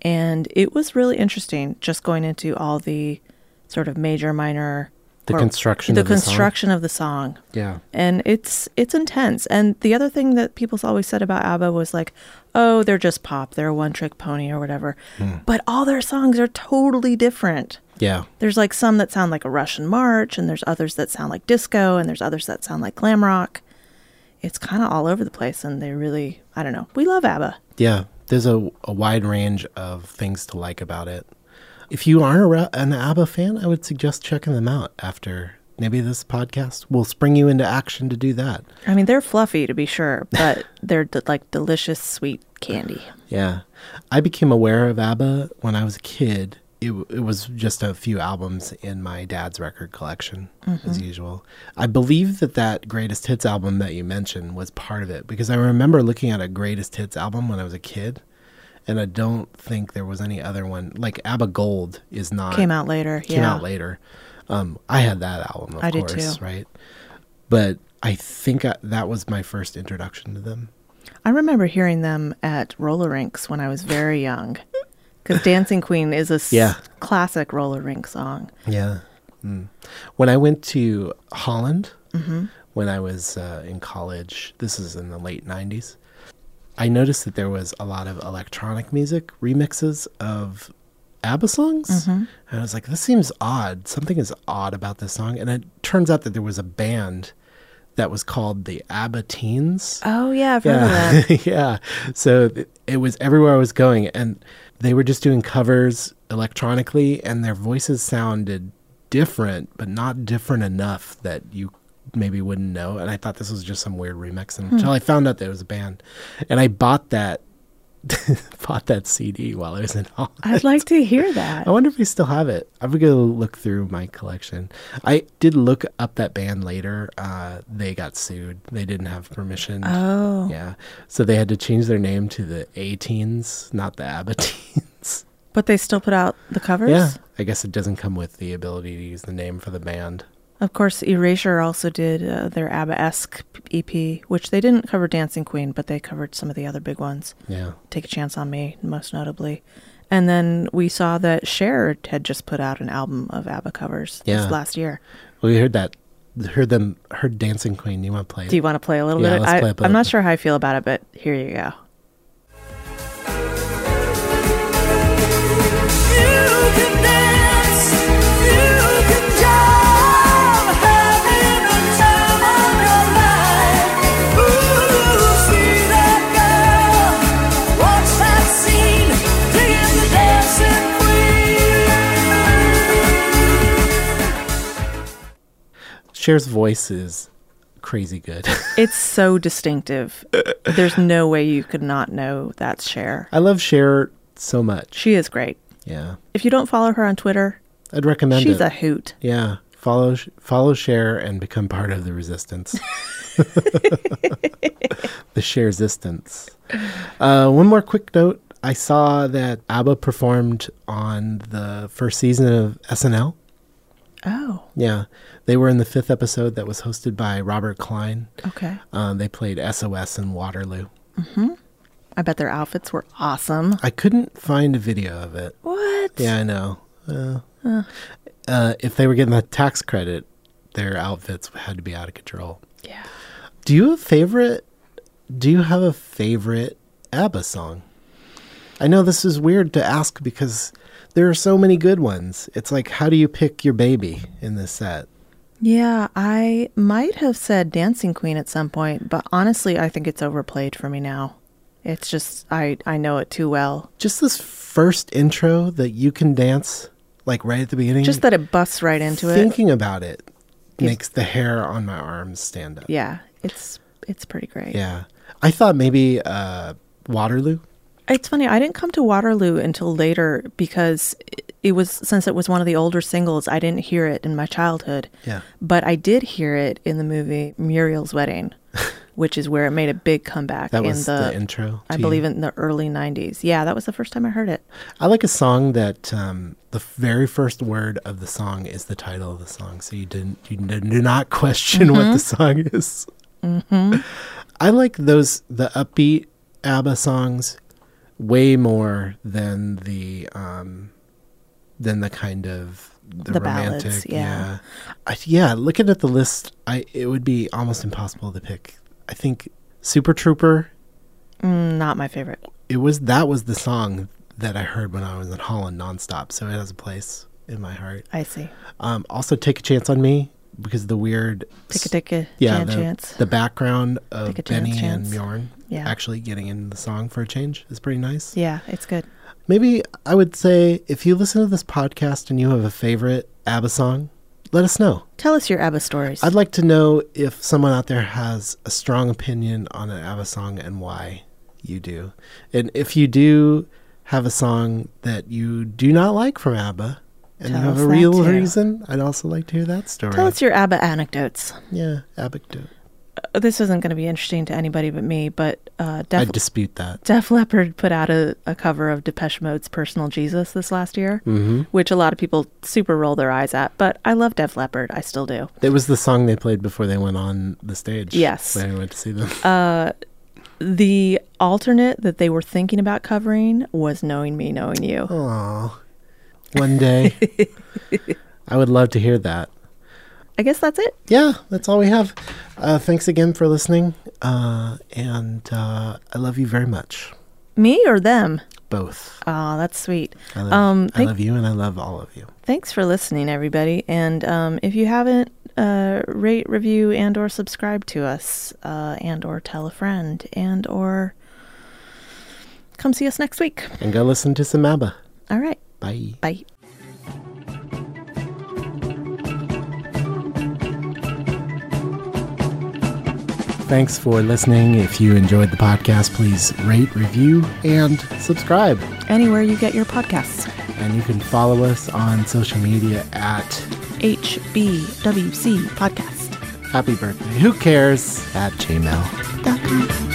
Speaker 2: and it was really interesting just going into all the sort of major, minor.
Speaker 1: The construction
Speaker 2: the
Speaker 1: of the song.
Speaker 2: construction of the song
Speaker 1: Yeah.
Speaker 2: and it's it's intense. And the other thing that people's always said about ABBA was like, "Oh, they're just pop. They're a one-trick pony or whatever."
Speaker 1: Hmm.
Speaker 2: But all their songs are totally different.
Speaker 1: Yeah.
Speaker 2: There's like some that sound like a Russian march, and there's others that sound like disco, and there's others that sound like glam rock. It's kind of all over the place, and they really, I don't know. We love ABBA.
Speaker 1: Yeah, there's a, a wide range of things to like about it. If you aren't a, Ra- an ABBA fan, I would suggest checking them out after maybe this podcast will spring you into action to do that.
Speaker 2: I mean, they're fluffy to be sure,
Speaker 1: *laughs*
Speaker 2: but they're d- like delicious sweet candy.
Speaker 1: Yeah. I became aware of ABBA when I was a kid. It, w- it was just a few albums in my dad's record collection, as
Speaker 2: Mm-hmm.
Speaker 1: usual. I believe that that greatest hits album that you mentioned was part of it because I remember looking at a greatest hits album when I was a kid, and I don't think there was any other one. Like ABBA Gold is not
Speaker 2: Came out later.
Speaker 1: came
Speaker 2: yeah.
Speaker 1: out later. Um, I had that album, of
Speaker 2: I did
Speaker 1: course,
Speaker 2: too.
Speaker 1: right? But I think I, that was my first introduction to them.
Speaker 2: I remember hearing them at roller rinks when I was very young. Because Dancing Queen is a s-
Speaker 1: Yeah.
Speaker 2: classic roller rink song.
Speaker 1: Yeah. Mm. When I went to Holland when I was uh, in college, this is in the late 90s, I noticed that there was a lot of electronic music remixes of ABBA songs. And I was like, this seems odd. Something is odd about this song. And it turns out that there was a band that was called the ABBA Teens.
Speaker 2: Oh, yeah, I've heard of
Speaker 1: *laughs* Yeah.
Speaker 2: that.
Speaker 1: yeah. So th- it was everywhere I was going, and they were just doing covers electronically, and their voices sounded different, but not different enough that you maybe wouldn't know. And I thought this was just some weird remix
Speaker 2: Hmm.
Speaker 1: until I found out that it was a band, and I bought that. *laughs* bought that CD while I was in *laughs* Holland.
Speaker 2: I'd like to hear that.
Speaker 1: I wonder if we still have it. I'm gonna look through my collection. I did look up that band later. Uh, they got sued. They didn't have permission.
Speaker 2: Oh.
Speaker 1: yeah. So they had to change their name to the A Teens, not the ABBA
Speaker 2: *laughs*
Speaker 1: Teens.
Speaker 2: But they still put out the covers?
Speaker 1: yeah, I guess it doesn't come with the ability to use the name for the band.
Speaker 2: Of course, Erasure also did uh, their ABBA esque EP, which they didn't cover Dancing Queen, but they covered some of the other big ones.
Speaker 1: Yeah,
Speaker 2: Take a Chance on Me, most notably. And then we saw that Cher had just put out an album of ABBA covers
Speaker 1: Yeah.
Speaker 2: this last year.
Speaker 1: we heard that. Heard them. Heard Dancing Queen. You want to play? it?
Speaker 2: Do you want to play a little
Speaker 1: Yeah,
Speaker 2: bit?
Speaker 1: let's
Speaker 2: I,
Speaker 1: play a bit
Speaker 2: I'm
Speaker 1: of
Speaker 2: not
Speaker 1: it.
Speaker 2: sure how I feel about it, but here you go.
Speaker 1: Cher's voice is crazy good. *laughs*
Speaker 2: It's so distinctive. There's no way you could not know that's Cher.
Speaker 1: I love Cher so much.
Speaker 2: She is great.
Speaker 1: Yeah,
Speaker 2: If you don't follow her on Twitter,
Speaker 1: I'd recommend it.
Speaker 2: she's a hoot.
Speaker 1: Yeah, follow, follow, share, and become part of the resistance. *laughs* the share resistance. Uh, one more quick note: I saw that ABBA performed on the first season of SNL.
Speaker 2: Oh,
Speaker 1: Yeah, they were in the fifth episode that was hosted by Robert Klein.
Speaker 2: okay.
Speaker 1: Um, they played SOS in Waterloo.
Speaker 2: I bet their outfits were awesome.
Speaker 1: I couldn't find a video of it.
Speaker 2: What?
Speaker 1: Yeah, I know. Uh, uh, if they were getting the tax credit, their outfits had to be out of control.
Speaker 2: Yeah.
Speaker 1: Do you have a favorite? Do you have a favorite ABBA song? I know this is weird to ask because there are so many good ones. It's like, how do you pick your baby in this set?
Speaker 2: Yeah, I might have said Dancing Queen at some point, but honestly, I think it's overplayed for me now. It's just I I know it too well.
Speaker 1: Just this first intro that you can dance, like right at the beginning.
Speaker 2: Just that it busts right into it.
Speaker 1: thinking about it
Speaker 2: Gives-
Speaker 1: makes the hair on my arms stand up.
Speaker 2: Yeah, it's it's pretty great.
Speaker 1: Yeah. I thought maybe uh, Waterloo.
Speaker 2: It's funny. I didn't come to Waterloo until later because it- it was since it was one of the older singles. I didn't hear it in my childhood.
Speaker 1: Yeah.
Speaker 2: But I did hear it in the movie
Speaker 1: *laughs*
Speaker 2: Muriel's Wedding, which is where it made a big comeback
Speaker 1: That
Speaker 2: in
Speaker 1: was
Speaker 2: the,
Speaker 1: the, intro.
Speaker 2: I
Speaker 1: to
Speaker 2: believe
Speaker 1: you.
Speaker 2: in the early 90s. Yeah, that was the first time I heard it.
Speaker 1: I like a song that um, the very first word of the song is the title of the song, so you didn't you n- do not question what the
Speaker 2: Mm-hmm.
Speaker 1: song *laughs* is. I like those the upbeat ABBA songs way more than the um, than the kind of the,
Speaker 2: The
Speaker 1: romantic.
Speaker 2: ballads, yeah.
Speaker 1: yeah, I, yeah. Looking at the list, I it would be almost impossible to pick. I think Super Trooper
Speaker 2: Not my favorite.
Speaker 1: it was that was the song that I heard when I was in Holland nonstop, so it has a place in my heart.
Speaker 2: I see.
Speaker 1: Um, also, take a chance on me because the weird
Speaker 2: Take a take a
Speaker 1: yeah
Speaker 2: Jan
Speaker 1: the,
Speaker 2: chance.
Speaker 1: the background of
Speaker 2: Take a
Speaker 1: Benny
Speaker 2: chance, chance.
Speaker 1: and Bjorn
Speaker 2: Yeah.
Speaker 1: actually getting in the song for a change is pretty nice.
Speaker 2: yeah, it's good.
Speaker 1: Maybe I would say if you listen to this podcast and you have a favorite ABBA song, let us know.
Speaker 2: Tell us your ABBA stories.
Speaker 1: I'd like to know if someone out there has a strong opinion on an ABBA song and why you do. And if you do have a song that you do not like from ABBA and
Speaker 2: Tell
Speaker 1: you have a
Speaker 2: us that
Speaker 1: real
Speaker 2: too.
Speaker 1: reason, I'd also like to hear that story.
Speaker 2: Tell us your ABBA anecdotes.
Speaker 1: yeah, anecdote.
Speaker 2: This isn't going to be interesting to anybody but me, but uh,
Speaker 1: I
Speaker 2: Def,
Speaker 1: dispute that.
Speaker 2: Def Leppard put out a, a cover of Depeche Mode's Personal Jesus this last year,
Speaker 1: Mm-hmm.
Speaker 2: which a lot of people super roll their eyes at, but I love Def Leppard. I still do.
Speaker 1: It was the song they played before they went on the stage.
Speaker 2: Yes. Uh,
Speaker 1: When I went to see them.
Speaker 2: The alternate that they were thinking about covering was Knowing Me, Knowing You.
Speaker 1: Oh. Aw. *laughs* One
Speaker 2: *laughs*
Speaker 1: day. I would love to hear that.
Speaker 2: I guess that's it.
Speaker 1: yeah, that's all we have. Uh, thanks again for listening. Uh, and uh, I love you very much,
Speaker 2: Me or them?
Speaker 1: both.
Speaker 2: Oh, that's sweet.
Speaker 1: I love,
Speaker 2: Um,
Speaker 1: I
Speaker 2: thank-
Speaker 1: love you and I love all of you.
Speaker 2: Thanks for listening, everybody. And um, if you haven't, uh, rate, review, and or subscribe to us, uh, and or tell a friend, and or come see us next week.
Speaker 1: And go listen to some ABBA.
Speaker 2: All right,
Speaker 1: Bye.
Speaker 2: bye.
Speaker 1: Thanks for listening. If you enjoyed the podcast, please rate, review, and subscribe.
Speaker 2: Anywhere you get your podcasts,
Speaker 1: And you can follow us on social media at
Speaker 2: HBWC Podcast.
Speaker 1: Happy Birthday. Who cares? At Gmail.
Speaker 2: Dot com.